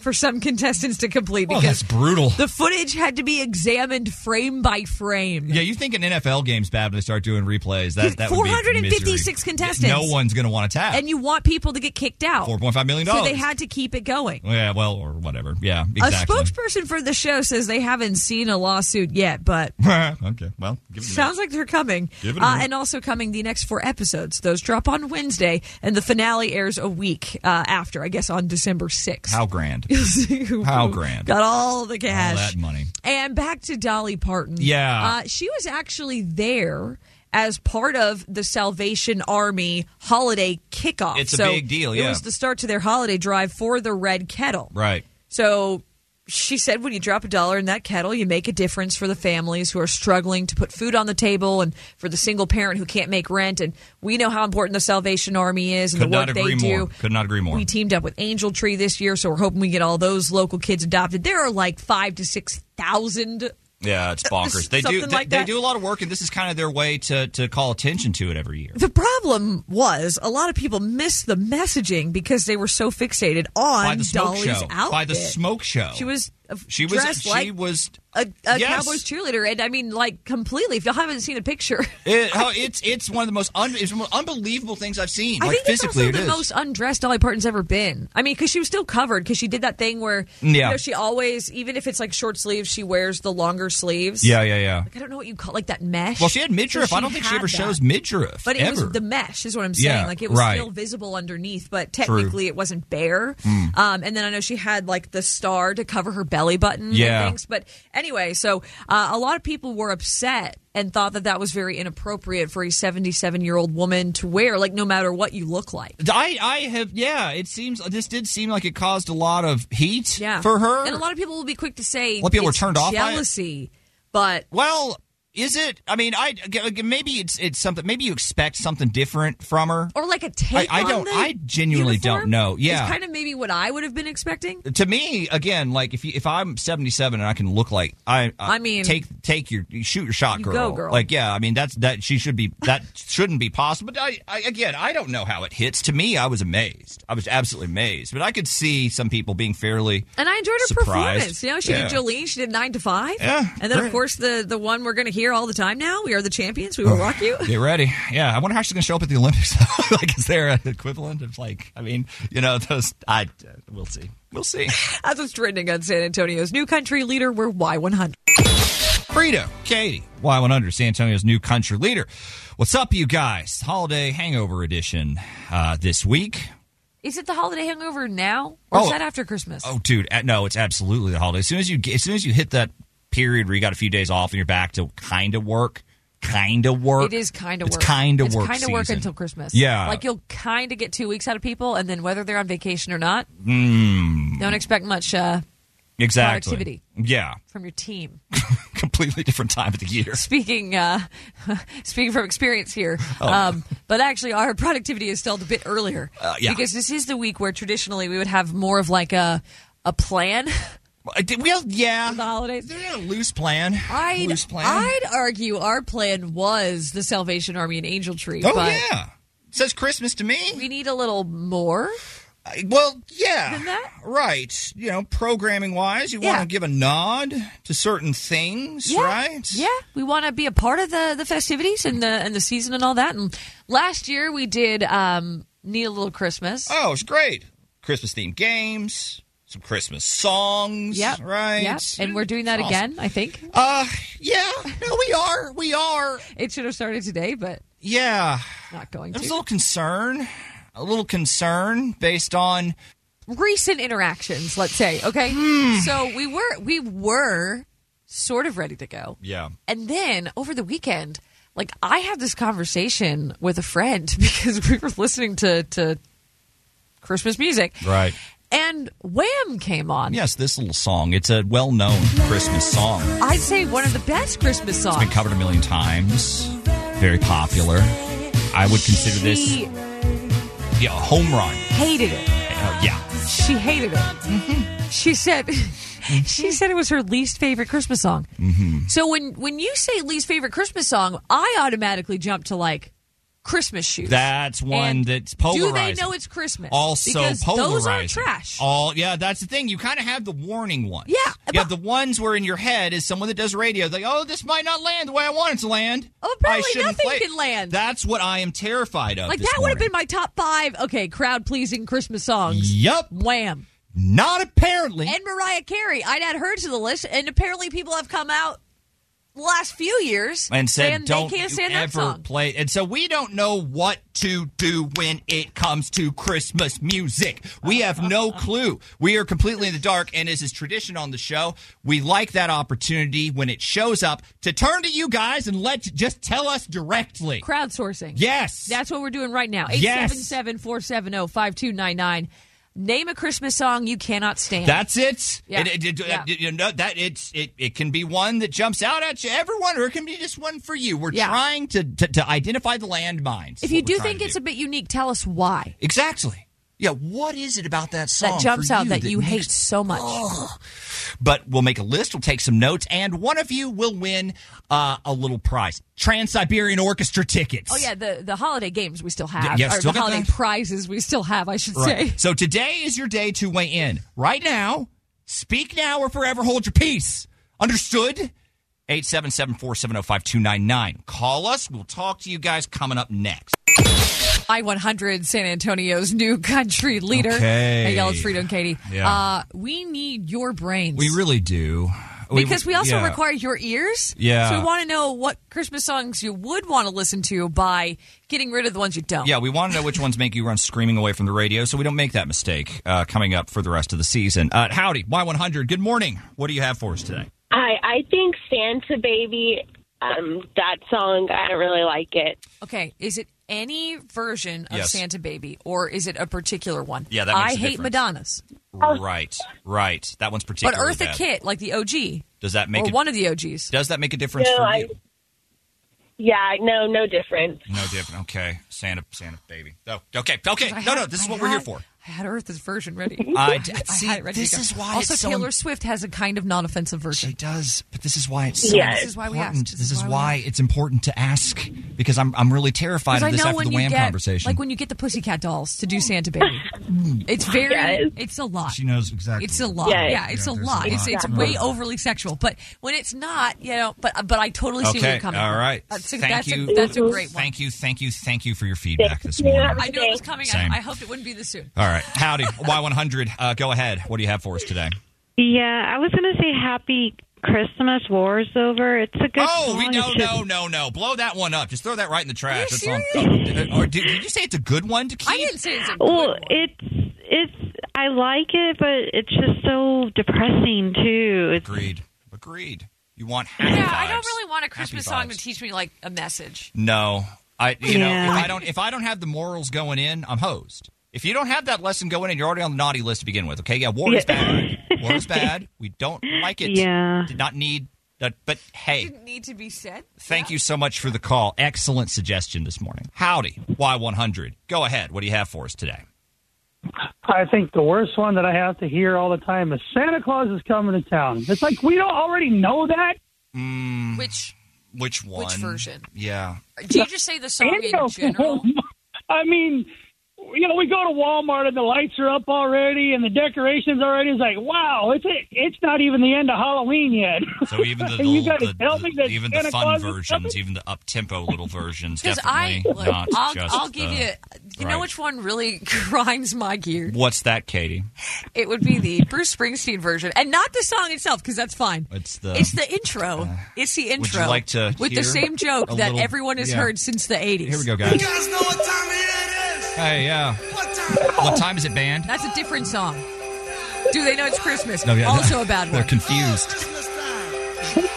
for some contestants to complete
Oh,
because
that's brutal.
the footage had to be examined frame by frame.
Yeah, you think an NFL game's bad when they start doing replays? That that would be misery.
456 contestants.
No one's going to want to tap.
And you want people to get kicked out.
Four point five million
So
dollars.
they had to keep it going.
yeah, well, or whatever. Yeah, exactly.
A spokesperson for the show says they haven't seen a lawsuit yet, but
okay, well, give it a
sounds like they're coming.
Hmm. Give it a
uh,
minute.
and also coming the next four episodes. Those drop on Wednesday, and the finale airs a week uh, after, I guess on December 6th.
How grand?
Who
How grand?
Got all the
All
cash.
that money.
And back to Dolly Parton.
Yeah.
Uh, she was actually there as part of the Salvation Army holiday kickoff.
It's a
So
big deal,
It
yeah.
was the start to their holiday drive for the Red Kettle.
Right.
So she said, when you drop a dollar in that kettle, you make a difference for the families who are struggling to put food on the table and for the single parent who can't make rent. And we know how important the Salvation Army is and
Could
the
not
work
agree
they do.
more. Could not agree more.
We teamed up with Angel Tree this year, so we're hoping we get all those local kids adopted. There are like five to six thousand.
yeah, it's bonkers. They do.
Something
They,
like
they
that.
do a lot of work, and this is kind of their way to to call attention to it every year.
The problem was a lot of people missed the messaging because they were so fixated on
By the smoke
Dolly's
show.
outfit.
By the smoke show.
She was uh,
She was.
dressed
she
like
was.
a, a
Yes.
Cowboys cheerleader, and I mean, like completely. If y'all haven't seen a picture,
It, how, Eh, oh, it's it's one of the most un, it's one of the unbelievable things I've seen.
I
like
think it's
physically,
also
it
the
is.
most undressed Dolly Parton's ever been. I mean, because she was still covered because she did that thing where you
Yeah.
know, she always, even if it's like short sleeves, she wears the longer sleeves.
Yeah, yeah, yeah.
Like, I don't know what you call like that mesh.
Well, she had
So
midriff. I
she
don't think she
had
ever
that.
shows midriff.
But it
ever.
was the mesh, is what I'm saying.
Yeah,
like it was
right.
still visible underneath, but
True.
technically it wasn't bare.
Mm.
Um, and then I know she had like the star to cover her belly button.
Yeah.
And things. But anyway, so uh, a lot of people were upset and thought that that was very inappropriate for a 77 year old woman to wear. Like no matter what you look like.
I I have yeah. It seems this did seem like it caused a lot of heat
Yeah.
for her.
And a lot of people will be quick to say
A lot of people were
it's
turned off by it.
jealousy, but
well, is it? I mean, I maybe it's it's something. Maybe you expect something different from her.
or like a take.
I
on
don't-
the
I genuinely
uniform
don't know. Yeah.
is kind of maybe what I would have been expecting.
to me, again, like if you, if I'm 77 and I can look like I, uh,
I mean-
take take your shoot your shot,
You
girl.
go, girl.
Like, yeah, I mean that's that she should be that shouldn't be possible. But I, I again, I don't know how it hits. To me, I was amazed. I was absolutely amazed. But I could see some people being fairly
And I enjoyed her
surprised.
performance. You know, she
Yeah.
did Jolene, she did Nine to Five.
Yeah,
and then,
great.
of course, the the one we're going to hear
here all the time now. We are the champions. We will rock you.
Get ready. Yeah, I wonder how she's going to show up at the Olympics. like, is there an equivalent of like? I mean, you know, those. I uh, we'll see. We'll see.
That's what's trending on San Antonio's new country leader. We're Y100.
Frito, Katie, Y100, San Antonio's new country leader. What's up, you guys? Holiday hangover edition uh, this week.
Is it the holiday hangover now, or is
Oh.
that after Christmas?
Oh, dude, uh, no, it's absolutely the holiday. As soon as you get- as soon as you hit that period where you got a few days off and you're back to kind of work, kind of work.
It is kind of
It's
work.
kind of
It's
work.
Kind of work
season.
until Christmas.
Yeah.
like you'll kind of get two weeks out of people, and then whether they're on vacation or not,
Mm,
don't expect much uh,
exactly.
productivity.
Yeah,
from your team.
completely different time of the year.
Speaking uh, speaking from experience here,
Oh.
um, but actually our productivity is still a bit earlier
Uh, yeah.
because this is the week where traditionally we would have more of like a a plan.
Well, yeah,
the holidays. They're
a loose plan.
I'd,
Loose plan.
I'd argue our plan was the Salvation Army and Angel Tree.
Oh,
but
yeah. Says Christmas to me.
We need a little more.
well, yeah. Right. You know, programming wise, you want to give a nod to certain things,
Yeah.
right?
Yeah, we want to be a part of the the festivities and the and the season and all that. And last year we did um, need a little Christmas.
Oh, it's great. Christmas themed games, some Christmas songs,
Yep.
right?
Yep. And we're doing that
It's awesome.
again, I think.
Uh, yeah. No, we are. We are.
It should have started today, but
Yeah.
not going
There's a
to.
little concern, a little concern based on
Recent interactions, let's say. Okay, so we were we were sort of ready to go.
yeah.
And then over the weekend, like I had this conversation with a friend because we were listening to to Christmas music.
Right.
And Wham came on.
Yes, this little song. It's a well-known Christmas song.
I'd say one of the best Christmas
It's been
songs.
covered a million times. Very popular. I would consider this
She
yeah, a home run.
hated it.
Uh, yeah.
She hated it.
Mm-hmm.
She said she said it was her least favorite Christmas song.
Mm-hmm.
Mhm.
So when when you say least favorite Christmas song, I automatically jump to like Christmas shoes.
That's one
And
that's polarizing.
Do they know it's Christmas?
also
because
polarizing.
Those are trash.
All yeah, that's the thing. You kind of have the warning ones.
Yeah,
you have the ones where in your head is someone that does radio. Like, oh, this might not land the way I want it to land. Oh,
apparently nothing can land.
That's what I am terrified of.
Like
this
that would have been my top five. Okay, crowd pleasing Christmas songs.
Yup.
Wham.
Not apparently.
And Mariah Carey. I'd add her to the list, and apparently people have come out the last few years
and said,
saying
"Don't
they can't
you
stand
ever
that song.
play." And so we don't know what to do when it comes to Christmas music. We have no clue. We are completely in the dark. And as is tradition on the show, we like that opportunity when it shows up to turn to you guys and let just tell us directly.
Crowdsourcing.
Yes.
That's what we're doing right now.
Yes.
877 470 5299. Name a Christmas song you cannot stand.
That's it.
Yeah.
It- it- it-
Yeah.
you know that it's it, it can be one that jumps out at you, everyone, or it can be just one for you. We're
Yeah.
trying to, to to identify the landmines.
If
That's
you
what we're
do
trying
think
to
it's a bit unique, tell us why.
Exactly. Yeah, what is it about that song
That jumps
for
out
you
that,
that
you hate
makes- Oh.
so much.
But we'll make a list, we'll take some notes, and one of you will win uh, a little prize Trans Siberian Orchestra tickets.
Oh yeah, the the holiday games we still have,
yeah,
or
still
the
got
holiday
that.
prizes we still have, I should
Right.
say.
So today is your day to weigh in. Right now, speak now or forever hold your peace. Understood? 877 470 5299. Call us. We'll talk to you guys coming up next.
I 100 San Antonio's new country leader.
Okay.
Hey, y'all, it's Frito and Katie.
Yeah.
Uh, we need your brains.
We really do.
because we also require your ears.
Yeah.
So we want to know what Christmas songs you would want to listen to by getting rid of the ones you don't.
Yeah, we want to know which ones make you run screaming away from the radio so we don't make that mistake uh, coming up for the rest of the season. Uh, howdy, Y100. Good morning. What do you have for us today?
I I think Santa Baby, um, that song I don't really like it.
Okay. Is it any version of
Yes.
Santa Baby or is it a particular one?
Yeah, that makes
I
a
hate
difference.
Madonna's.
Right, right. That one's
Oh. But
particularly
Eartha
bad.
Kitt, like the OG,
Does that make
or
it,
one of the OGs.
Does that make a difference
No,
for
I-
you?
Yeah, no, no difference.
No different. Okay, Santa, Santa baby. Oh, okay, okay. No, no. This is what we're here for.
I had Earth's version ready.
I
d-
d-
had
see,
it ready to
this
go.
is why
Also,
it's so
Taylor Swift has a kind of non-offensive version. She
does, but this is why it's so
Yeah, this is why we
important.
asked.
This, is why, it's important to ask because I'm I'm really terrified of
I
this
know
after
when
the
you
Wham
get,
conversation.
like when you get the Pussycat Dolls to do Santa Baby, it's very,
Yes.
it's a lot.
she knows exactly.
It's a lot. Yeah, it's a lot. It's it's way overly sexual. But when it's not, you know. But but I totally see where
Okay,
you're coming.
all
from.
right.
That's a,
thank
that's
you.
A, that's a great one.
Thank you, thank you, thank you for your feedback this morning.
I knew it was coming. I,
Same.
I hoped it wouldn't be this soon.
All right, howdy, Y100. Uh, go ahead. What do you have for us today?
Yeah, I was going to say happy Christmas. War's over. It's a good
Oh, we
song.
no,
It should-
no, no, no. Blow that one up. Just throw that right in the trash.
you
That's on. Or did, did you say it's a good one to keep? I didn't
say it's a
Well, it's it's I like it, but it's just so depressing too. It's,
Agreed. Agreed. You want
Yeah, I don't really want a Christmas
Happy
song to teach me like a message.
No, I you
Yeah.
know if I don't if I don't have the morals going in, I'm hosed. If you don't have that lesson going in, you're already on the naughty list to begin with. Okay, yeah, war is bad. War is bad. We don't like it.
Yeah.
did not need that. But hey,
Didn't need to be said.
thank you so much for the call. Excellent suggestion this morning. Howdy, Y100. Go ahead. What do you have for us today?
I think the worst one that I have to hear all the time is Santa Claus is coming to town. It's like we don't already know that.
Mm,
which
which one?
version?
Yeah.
Do you just say the song in general?
I mean, you know, we go to Walmart and the lights are up already and the decorations already. It's like, wow, it's it's not even the end of Halloween yet.
So even the,
And you
the-
gotta
the-
tell me that
even the
Santa
fun
Claus is
versions, even the up tempo little versions,
Because I,
definitely
look,
not
I'll,
just
I'll give
the-
you. You know
right.
which one really grinds my gear?
What's that, Katie?
It would be the Bruce Springsteen version, and not the song itself, because that's fine.
It's the-
it's the intro. it's the intro.
would you like to
with
hear
the same joke
a
that
little-
everyone has
yeah.
heard since the '80s?
Here we go, guys. Hey, yeah. What time? is it, band?
That's a different song. Do they know it's Christmas?
No, yeah,
also
they're-
a bad
They're
one.
confused.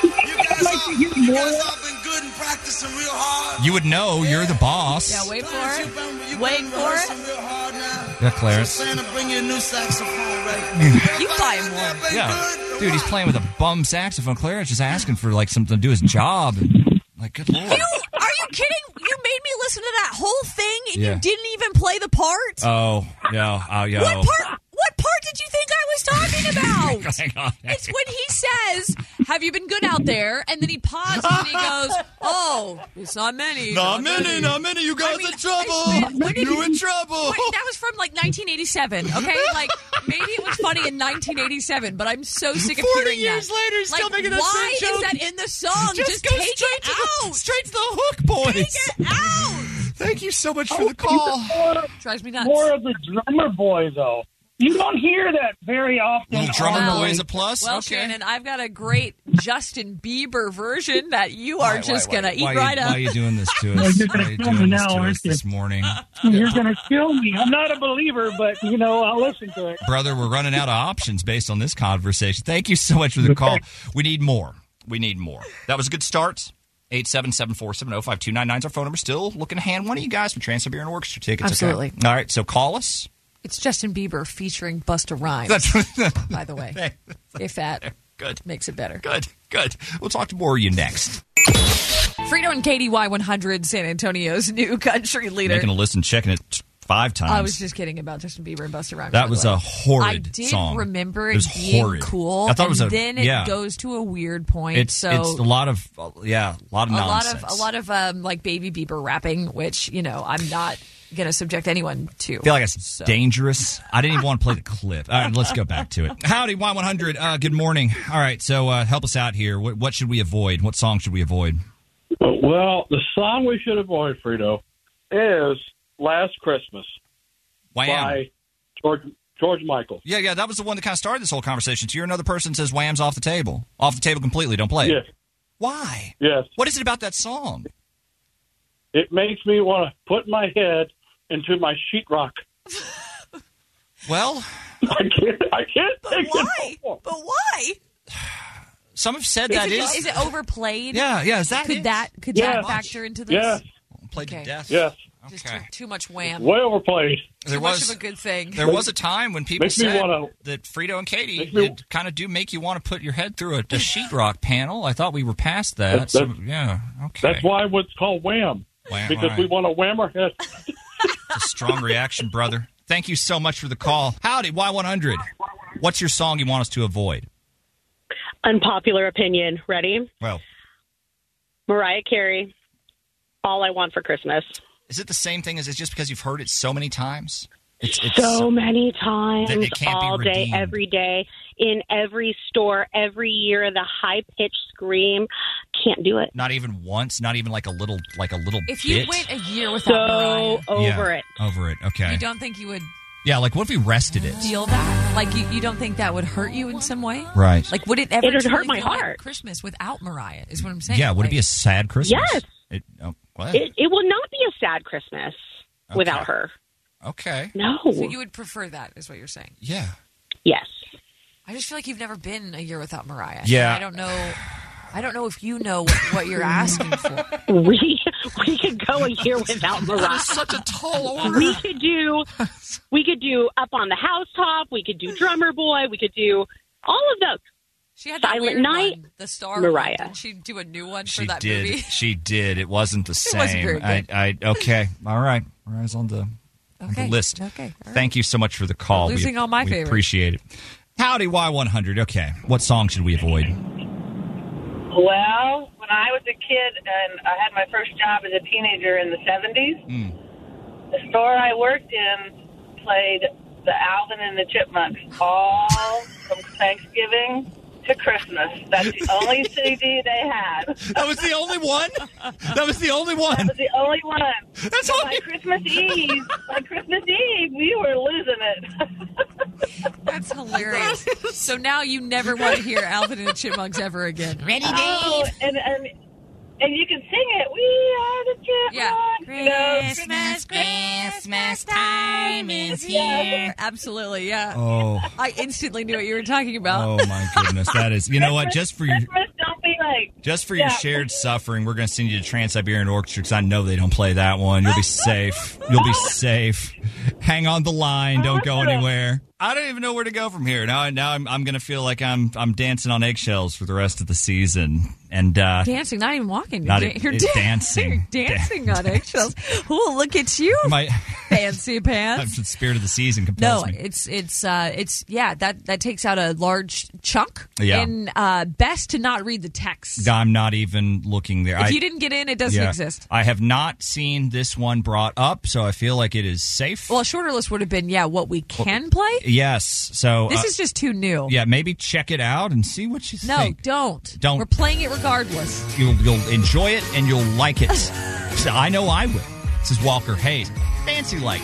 You
guys all been good and practicing real hard.
You would know. You're the boss.
Yeah,
wait for
it. wait for it. Real hard now.
Yeah, Clarence.
So Santa, bring you a new saxophone,
Yeah.
right?
you buy him one.
Yeah, dude, he's playing with a bum saxophone. Clarence is asking for like something to do his job, and like, good
You
lord.
are you kidding? You made me listen to that whole thing, and
Yeah.
you didn't even play the part.
Oh, yeah, oh, yeah.
What part? What part did you think I was talking
about?
it's when he says, "Have you been good out there?" And then he pauses and he goes, "Oh, it's not many.
Not many, not many. You guys in trouble.
when did
You
he-
in trouble."
Wait, that was from like 1987. Okay, like maybe it was funny in 1987, but I'm so sick of
40
hearing
years
that.
later, he's
like,
still making that
why
same
is
joke.
that in the song?
Just
Just,
go
take
straight
it
to
out.
Straight to the hook, boys.
Take it out. Oh,
Thank you so much for
the call.
Drives me nuts.
More of the drummer boy though. You don't hear that very often.
Wow.
on-
Well, Shannon, I've got a great Justin Bieber version that you are just gonna eat
why,
right
you,
up.
why are you doing this to
Well,
us?
you're
Why
gonna
are you
kill me
doing this
now,
to us
aren't you?
this morning?
You're gonna kill me. I'm not a believer, but you know I'll listen to it.
Brother, we're running out of options based on this conversation. Thank you so much for the call. We need more. We need more. That was a good start. 877-470-5299 is our phone number. Still looking to hand one of you guys some Trans-Siberian Orchestra tickets. okay?
Absolutely.
All right, so call us.
It's Justin Bieber featuring Busta Rhymes. by the way, if that
good
makes it better.
Good, good. We'll talk to more of you next.
Frito and Katie Y100, San Antonio's new country leader.
Making a list and checking it five times.
I was just kidding about Justin Bieber and Busta Rhymes.
That
by the
was
way.
a horrid
I did
song.
remember it,
It was
being
horrid.
cool.
I thought it was
and
a-
then it
yeah.
goes to a weird point.
it's
so
it's a lot of yeah, a lot
a
of
lot
nonsense.
of a lot of um, like Baby Bieber rapping, which you know I'm not going to subject anyone
I
to.
feel like it's dangerous. I didn't even want to play the clip. All right, let's go back to it. Howdy, Y100. Uh, good morning. All right, so uh, help us out here. What, what should we avoid? What song should we avoid?
Well, the song we should avoid, Frito, is "Last Christmas"
Wham.
by George George Michael.
Yeah, yeah, that was the one that kind of started this whole conversation. So you're another person says Wham's off the table, off the table completely. Don't play it.
Yes.
Why?
Yes.
What is it about that song?
It makes me want to put my head into my sheetrock.
Well,
I can't. I can't
But
take it.
why? But why?
Some have said
is
that
it,
is-
is it overplayed?
Yeah, yeah, is that
could
it?
that could that
Yes.
factor into this?
Yes.
Played to death.
Yes.
Just too, too much wham.
Way overplayed.
There
too
was
much of a good thing.
There was a time when people
Makes me
said
wanna-
that Frito and Katie
Makes me-
did kind of do make you want to put your head through a, a sheetrock panel. I thought we were past that.
That's-
so,
that's-
yeah,
That's why it's called Wham.
Wham,
because
all
we
right.
want to wham our head.
It's a strong reaction, brother. Thank you so much for the call. Howdy, Y100. What's your song you want us to avoid?
Unpopular opinion. Ready?
Well,
Mariah Carey, All I Want for Christmas.
is it the same thing as it's just because you've heard it so many times? It's, it's
so many times,
That it can't be
all day,
redeemed.
every day, in every store, every year, the high pitched scream. Can't do it.
Not even once. Not even like a little, like a little.
If you
bit?
went a year without
So
Mariah,
over it.
Over it. Okay.
you don't think you would
yeah. Like, what if we rested it?
deal that? Like, you, you don't think that would hurt you in some way?
Right.
Like, would it ever?
It would
truly
hurt my
feel like
heart.
Christmas without Mariah is what I'm saying.
Yeah. Would it
Like,
be a sad Christmas?
Yes.
It, oh, what?
It, it will not be a sad Christmas without her.
okay.
No.
So you would prefer that, is what you're saying?
Yeah.
Yes.
I just feel like you've never been a year without Mariah.
Yeah.
I don't know. I don't know if you know what, what you're asking for.
We we could go a year without Mariah.
That is such a tall order.
We could do we could do up on the housetop. We could do drummer boy. We could do all of those.
She had that
Silent
weird
Night.
one, the star.
Mariah.
One. Did she do a new one
She
for that
did.
movie?
She did. It wasn't the same.
wasn't very good.
I, I. Okay. All right. Mariah's on the, on the
Okay.
list.
Okay. All
Thank you so much for the call.
Losing
we,
all my
we
favorites.
Appreciate it. Howdy, Y100. Okay. What song should we avoid?
Well, when I was a kid and I had my first job as a teenager in the 70s,
Hmm.
the store I worked in played the Alvin and the Chipmunks all from Thanksgiving to Christmas. That's the only CD they had.
That was the only one? That was the only one.
That was the only one.
That's
all. By Christmas Eve, by Christmas Eve, we were losing it.
That's hilarious. so now you never want to hear Alvin and the Chipmunks ever again. Ready,
Oh, and, and and you can sing it. We are the Chipmunks. you know,
Christmas time is
here.
Absolutely, yeah.
Oh.
I instantly knew what you were talking about.
Oh my goodness. That is. You know what? Just for your.
Christmas, don't be like.
Just for your shared suffering, we're going to send you to Trans Siberian Orchestra because I know they don't play that one. You'll be safe. You'll be safe. Hang on the line. Don't go anywhere. I don't even know where to go from here. Now, now I'm, I'm going to feel like I'm I'm dancing on eggshells for the rest of the season. And uh,
Dancing, not even walking.
Not
You're
even-
you're
it's dancing.
You're dancing on eggshells. Oh, look at you,
my
fancy pants.
the spirit of the season compels
No,
me.
it's it's uh it's yeah that that takes out a large chunk.
Yeah.
And uh, best to not read the text.
I'm not even looking there.
If
I-
you didn't get in, it doesn't
yeah.
exist.
I have not seen this one brought up, so I feel like it is safe.
Well, a shorter list would have been yeah what we can play.
Yes. So
This
uh,
is just too new.
yeah. Maybe check it out and see what you
No,
think.
don't.
Don't.
We're playing it regardless.
You'll, you'll enjoy it and you'll like it. So I know I will. This is Walker Hayes, fancy like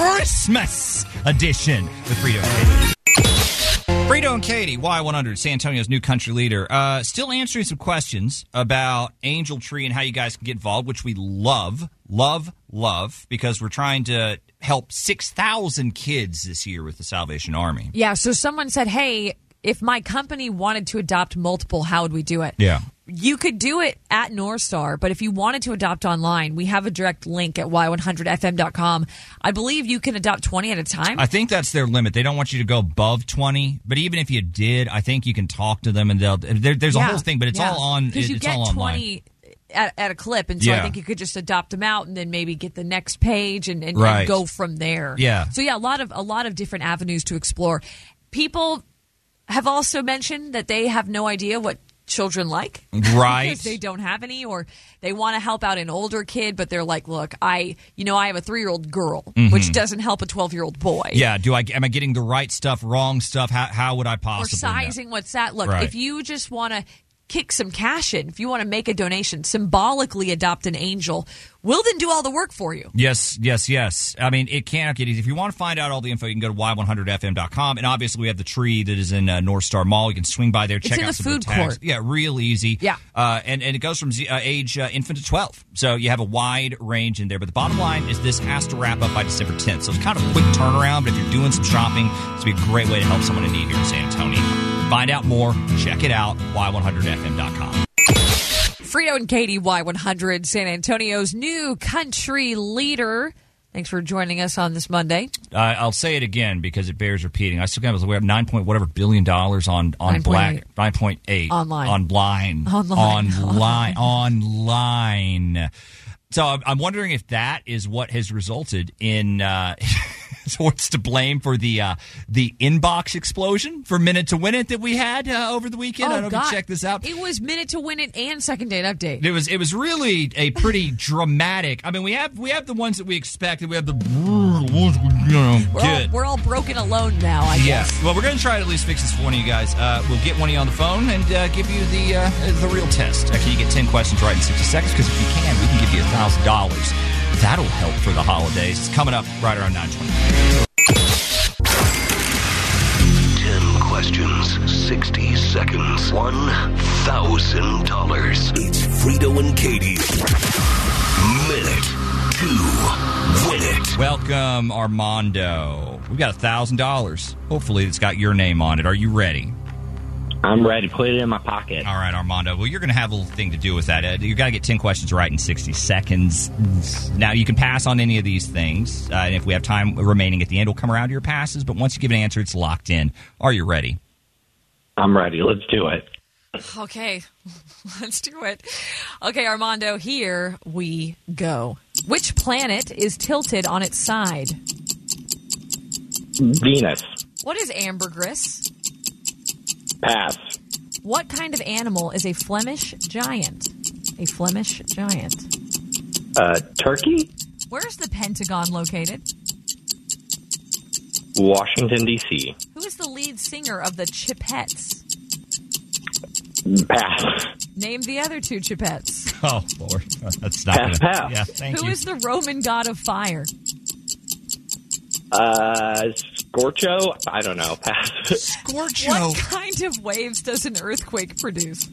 Christmas edition with Frito and Katie. Frito and Katie, Y100, San Antonio's new country leader. Uh, still answering some questions about Angel Tree and how you guys can get involved, which we love, love, love, because we're trying to help 6,000 kids this year with the Salvation Army.
Yeah. So someone said, hey, if my company wanted to adopt multiple, how would we do it?
Yeah.
You could do it at Northstar, but if you wanted to adopt online, we have a direct link at y100fm.com. I believe you can adopt 20 at a time.
I think that's their limit. They don't want you to go above twenty. But even if you did, I think you can talk to them and they'll. There, there's a
Yeah.
whole thing, but it's
Yeah.
all on.
Because you
it's
get
all online.
20 at, at a clip, and so I
Yeah.
think you could just adopt them out and then maybe get the next page and, and, and
Right.
go from there.
Yeah.
So yeah, a lot of a lot of different avenues to explore. People have also mentioned that they have no idea what children like
Right.
because they don't have any or they want to help out an older kid but they're like look i you know i have a three-year-old girl
Mhm.
which doesn't help a 12-year-old boy
Yeah. Do I? Am I getting the right stuff? Wrong stuff? How, how would I
or
possibly? know?
sizing. What's that? Look,
Right.
if you just want to kick some cash in, if you want to make a donation, symbolically adopt an angel, we'll then do all the work for you.
Yes, yes, yes. I mean, it cannot get easy. If you want to find out all the info, you can go to y100fm.com. And obviously, we have the tree that is in uh, North Star Mall. You can swing by there,
It's
check
in
out
the
some of
food
the tags.
court.
Yeah, real easy.
Yeah.
Uh, and, and it goes from z- uh, age uh, infant to 12. So you have a wide range in there. But the bottom line is this has to wrap up by December 10th. So it's kind of a quick turnaround. But if you're doing some shopping, it's be a great way to help someone in need here in San Antonio. Find out more. Check it out. y100fm.com.
Frito and Katie, Y100, San Antonio's new country leader. Thanks for joining us on this Monday.
Uh, I'll say it again because it bears repeating. I still can't believe we have nine point whatever billion dollars on on
9.8.
black nine point eight
Online.
online
Online.
online online. So I'm, I'm wondering if that is what has resulted in uh, Schwartz to blame for the uh, the inbox explosion for minute to win it that we had uh, over the weekend. I don't know if you checked this out.
Oh, It was minute to win it and second date update.
It was it was really a pretty dramatic. I mean, we have we have the ones that we expected. We have the you know
We're all,
good.
we're all broken alone now. I
Yeah.
guess.
Well, we're going to try to at least fix this for one of you guys. Uh, we'll get one of you on the phone and uh, give you the uh, the real test. Actually, you get ten questions right in sixty seconds because if you can, we can give you thousand dollars. That'll help for the holidays. It's coming up right around nine twenty.
10 questions, 60 seconds, $1,000. It's Frito and Katie. Minute to win it.
Welcome, Armando. We've got thousand dollars. Hopefully, it's got your name on it. Are you ready?
I'm ready. Put it in my pocket.
All right, Armando. Well, you're going to have a little thing to do with that. Uh, you got to get 10 questions right in 60 seconds. Now, you can pass on any of these things. Uh, and if we have time remaining at the end, we'll come around to your passes. But once you give an answer, it's locked in. Are you ready?
I'm ready. Let's do it.
Okay, let's do it. Okay, Armando, here we go. Which planet is tilted on its side?
Venus.
What is ambergris?
Pass.
What kind of animal is a Flemish giant? A Flemish giant.
Uh, Turkey?
Where is the Pentagon located?
Washington, D.C.
Who is the lead singer of the Chipettes?
Pass.
Name the other two Chipettes.
Oh, Lord. That's not
Pass,
gonna-
pass.
Yeah,
Who
thank
is
you.
the Roman god of fire?
Uh, Scorcho? I don't know. Pass.
What kind of waves does an earthquake produce?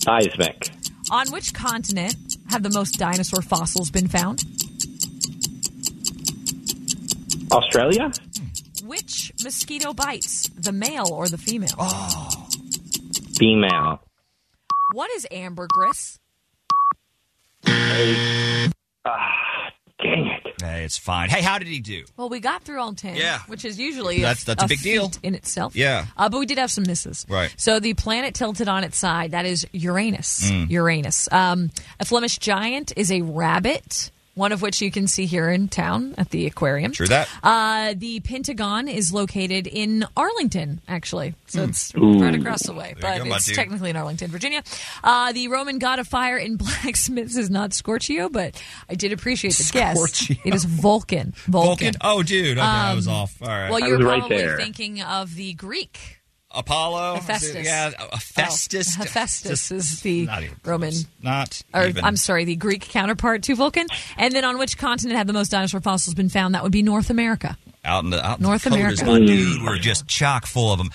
Seismic.
On which continent have the most dinosaur fossils been found?
Australia?
Which mosquito bites, the male or the female?
Oh,
Female.
What is ambergris?
Dang it.
Hey, it's fine. Hey, how did he do?
Well, we got through all 10,
Yeah.
which is usually
That's- that's a big deal.
feat in itself.
Yeah.
Uh, but we did have some misses.
Right.
So the planet tilted on its side, that is Uranus.
Mm.
Uranus. Um, a Flemish giant is a rabbit, one of which you can see here in town at the aquarium.
True that.
Uh, the Pentagon is located in Arlington, actually. So it's
Hmm. Ooh.
right across the way,
There you
but
go, my
it's
dude.
technically in Arlington, Virginia. Uh, the Roman god of fire in blacksmiths is not Scorchio, but I did appreciate the guess.
Scorchio.
It is Vulcan. Vulcan.
Oh, dude. Okay, I was
Um,
off. All right.
Well, you're probably thinking of the Greek
Apollo?
Hephaestus.
Yeah, Hephaestus.
Oh, Hephaestus is the
Not even.
Roman.
Not
Or,
even.
I'm sorry, the Greek counterpart to Vulcan. And then on which continent have the most dinosaur fossils been found? That would be North America.
out in the out in
North
the Dakotas,
America.
my dude. We're just chock full of them.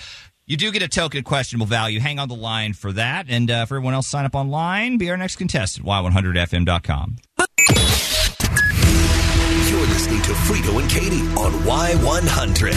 You do get a token of questionable value. Hang on the line for that. And uh, for everyone else, sign up online. Be our next contestant, y100fm.com.
You're listening to Frito and Katie on Y100.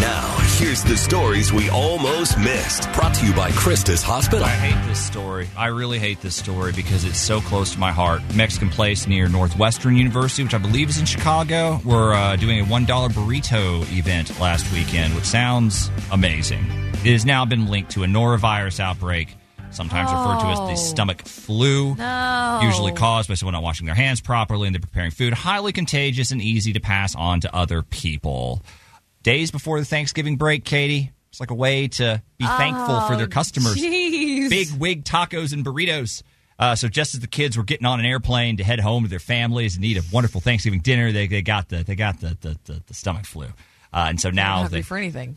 Now, here's the stories we almost missed. Brought to you by Christus Hospital.
I hate this story. I really hate this story because it's so close to my heart. Mexican place near Northwestern University, which I believe is in Chicago, were uh, doing a $1 burrito event last weekend, which sounds amazing. It has now been linked to a norovirus outbreak, sometimes referred to as the
Oh.
stomach flu.
No.
usually caused by someone not washing their hands properly and they're preparing food. Highly contagious and easy to pass on to other people. Days before the Thanksgiving break, Katie, it's like a way to be thankful for their
Oh,
customers.
jeez.
Big wig tacos and burritos. Uh, so just as the kids were getting on an airplane to head home to their families and eat a wonderful Thanksgiving dinner, they, they got the they got the the, the, the stomach flu. Uh, and so now
Hungry
they
for anything.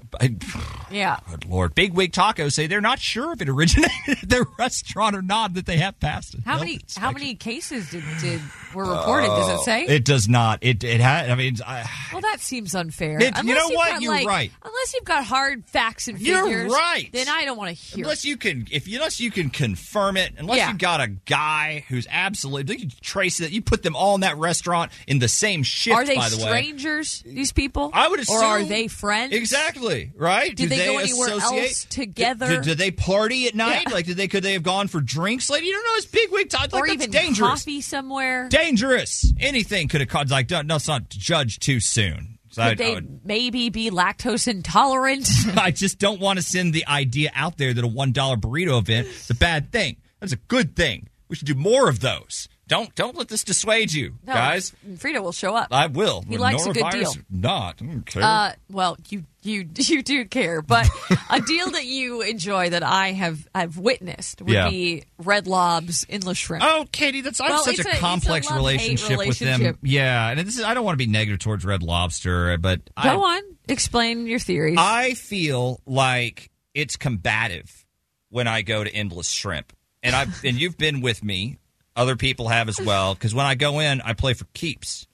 Yeah.
Good Lord. Big wig tacos say they're not sure if it originated at their restaurant or not that they have passed it.
How many how many cases did, did were reported? Does it say?
Oh. It does not. It it had. I mean, I,
well, that seems unfair.
It- you
Unless
know
you've
what?
got,
You're
like-
right.
Unless you've got hard facts and
You're
figures,
right.
Then I don't want to hear.
unless you can, if you, unless you can confirm it, unless
Yeah.
you got a guy who's absolutely, you trace it. You put them all in that restaurant in the same shift.
are they
by the way,
strangers? These people?
I would
Or are
assume-
they friends?
exactly right. do
Did they go anywhere
associate?
else together?
Did, did they party at night? Like, did they? Could they have gone for drinks? Like, you don't know. It's big wig time. Like,
or
that's
even
dangerous.
coffee somewhere?
dangerous. Anything could have caused like don't- no, it's not judge too soon. So I,
Could they
I, would-
maybe be lactose intolerant?
I just don't want to send the idea out there that a one dollar burrito event is a bad thing. That's a good thing. We should do more of those. Don't don't let this dissuade you,
No,
guys.
Frida will show up.
I will.
He likes a good
Norovirus
deal.
or Not. I don't care.
Uh, well, you you you do care, but a deal that you enjoy that I have I've witnessed would
Yeah.
be Red Lob's endless shrimp.
Oh, Katie, that's I have
well,
such
it's
a, complex
it's a love-hate
relationship, with them.
relationship.
Yeah, and this is I don't want to be negative towards Red Lobster, but I,
Go on, explain your theories.
I feel like it's combative when I go to Endless Shrimp, and I've and you've been with me. Other people have as well. Because when I go in, I play for keeps.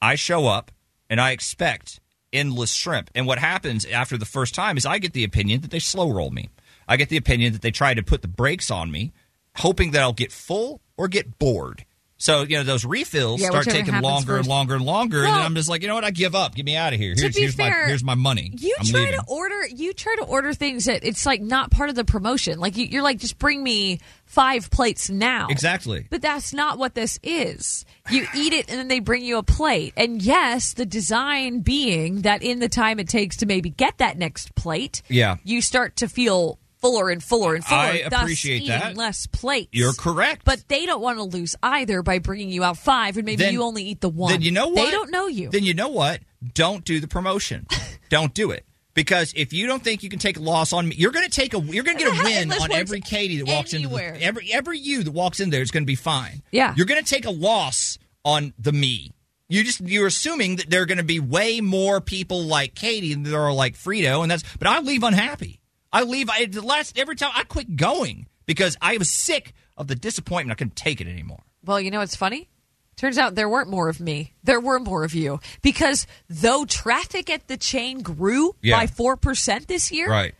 I show up and I expect endless shrimp. And what happens after the first time is I get the opinion that they slow roll me. I get the opinion that they try to put the brakes on me, hoping that I'll get full or get bored. So you know those refills
Yeah,
start
whichever
taking
happens
longer and
first.
longer and longer, and
Well-
then I'm just like, you know what? I give up. Get me out of here.
To
Here's,
be
here's
fair,
my here's my money.
You
I'm
try
leaving.
to order. You try to order things that it's like not part of the promotion. Like you, you're like, just bring me five plates now.
Exactly.
But that's not what this is. You eat it and then they bring you a plate. And yes, the design being that in the time it takes to maybe get that next plate,
Yeah.
you start to feel fuller and fuller and fuller.
I
thus
appreciate
eating
that.
Less plates.
You're correct.
But they don't want to lose either by bringing you out five and maybe
Then-
you only eat the one.
Then you know what?
They don't know you.
Then you know what? Don't do the promotion. don't do it. Because if you don't think you can take a loss on me, you're going to take a you're going to get a win
Unless
on
one's
every Katie that walks
anywhere.
into the, every every you that walks in there is going to be fine.
Yeah.
You're going to take a loss on the me. You just you're assuming that there are going to be way more people like Katie than there are like Frito and that's but I leave unhappy. I leave I the last every time I quit going because I was sick of the disappointment. I couldn't take it anymore.
Well, you know what's funny? Turns out there weren't more of me. There were more of you. Because though traffic at the chain grew
Yeah.
by 4% this year,
Right.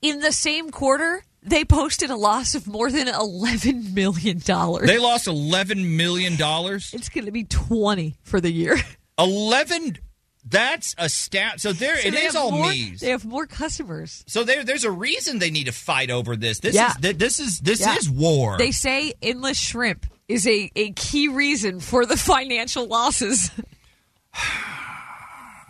in the same quarter, they posted a loss of more than $11 million.
They lost 11 million dollars.
It's going to be 20 for the year.
11 that's a stat so there
So
it
they
is
have
all
more-
me's
They have more customers.
so there there's a reason they need to fight over this this
Yeah.
is th- this is this
Yeah.
is war
They say endless shrimp is a, a key reason for the financial losses.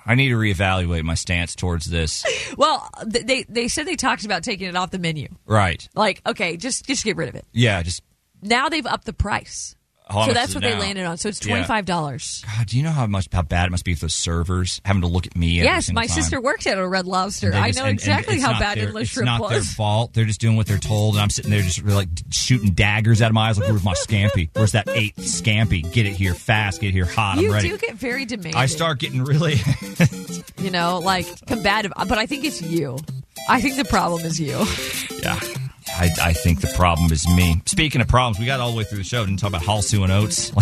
i need to reevaluate my stance towards this
well, th- they, they said they talked about taking it off the menu.
right
Like, okay, just just get rid of it.
yeah just
Now they've upped the price.
How
so
much
that's
is it
what they
now?
landed on. So it's
Yeah.
twenty five dollars.
god do you know how much how bad it must be for those servers having to look at me every
Yes,
single
my
time?
sister worked at a Red Lobster.
And they
I
just-
know
and- and
exactly
it's
how
not
bad
their,
endless
it's
shrimp
not their
was.
fault. They're just doing what they're told, and I'm sitting there just like shooting daggers out of my eyes. Like, where's my scampi? Where's that eight scampi? Get it here fast. Get it here hot.
you
I'm ready.
do get very demanding.
I start getting really.
you know, like combative. But I think it's you. I think the problem is you.
Yeah. I, I think the problem is me. Speaking of problems, we got all the way through the show. Didn't talk about Halsu and Oates.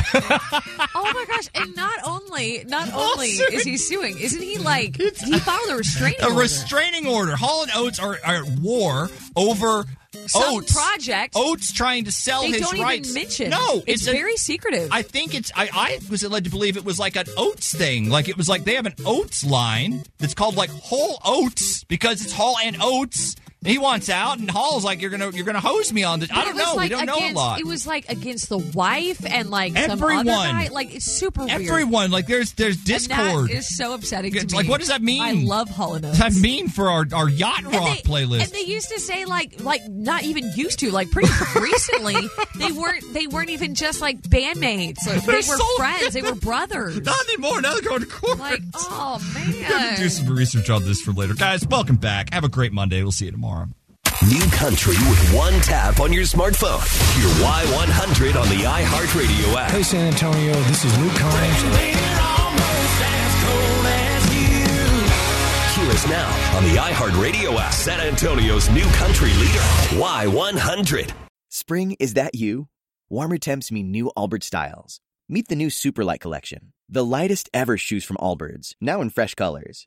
oh my gosh! And not only, not
Oh,
only is he suing, isn't he like he filed a restraining
a
order?
restraining order. Hall and Oates are, are at war over
Some
Oates.
project.
Oates trying to sell
They
his
don't even
rights.
mention.
No,
It's
a-
very secretive.
I think it's. I, I was led to believe it was like an Oates thing. Like it was like they have an Oates line that's called like Whole Oats because it's Hall and Oates. And he wants out, and Hall's like, "You're gonna, you're gonna hose me on this." I
But it
don't
was,
know.
like,
we don't know a
against-
lot.
It was like against the wife and like some
Everyone.
other guy. Like it's super weird.
Everyone, like, there's there's
And
discord.
that is so upsetting to
It's
me.
like, what does that mean?
I love Hall and Oates.
What does that mean for our, our yacht rock playlist?
And they used to say like like not even used to like pretty recently they weren't they weren't even just like bandmates like, they
They're
were
so-
friends they were brothers
Not anymore. Now they're going to court.
like oh
Gotta do
man
some research on this for later. Guys, welcome back. Have a great Monday. We'll see you tomorrow.
New country with one tap on your smartphone. Your Y100 on the iHeartRadio app.
Hey, San Antonio, this is Luke Combs.
Hear us now on the iHeartRadio app. San Antonio's new country leader, Y100.
Spring, is that you? Warmer temps mean new Allbirds styles. Meet the new Superlight Collection, the lightest ever shoes from Allbirds, now in fresh colors.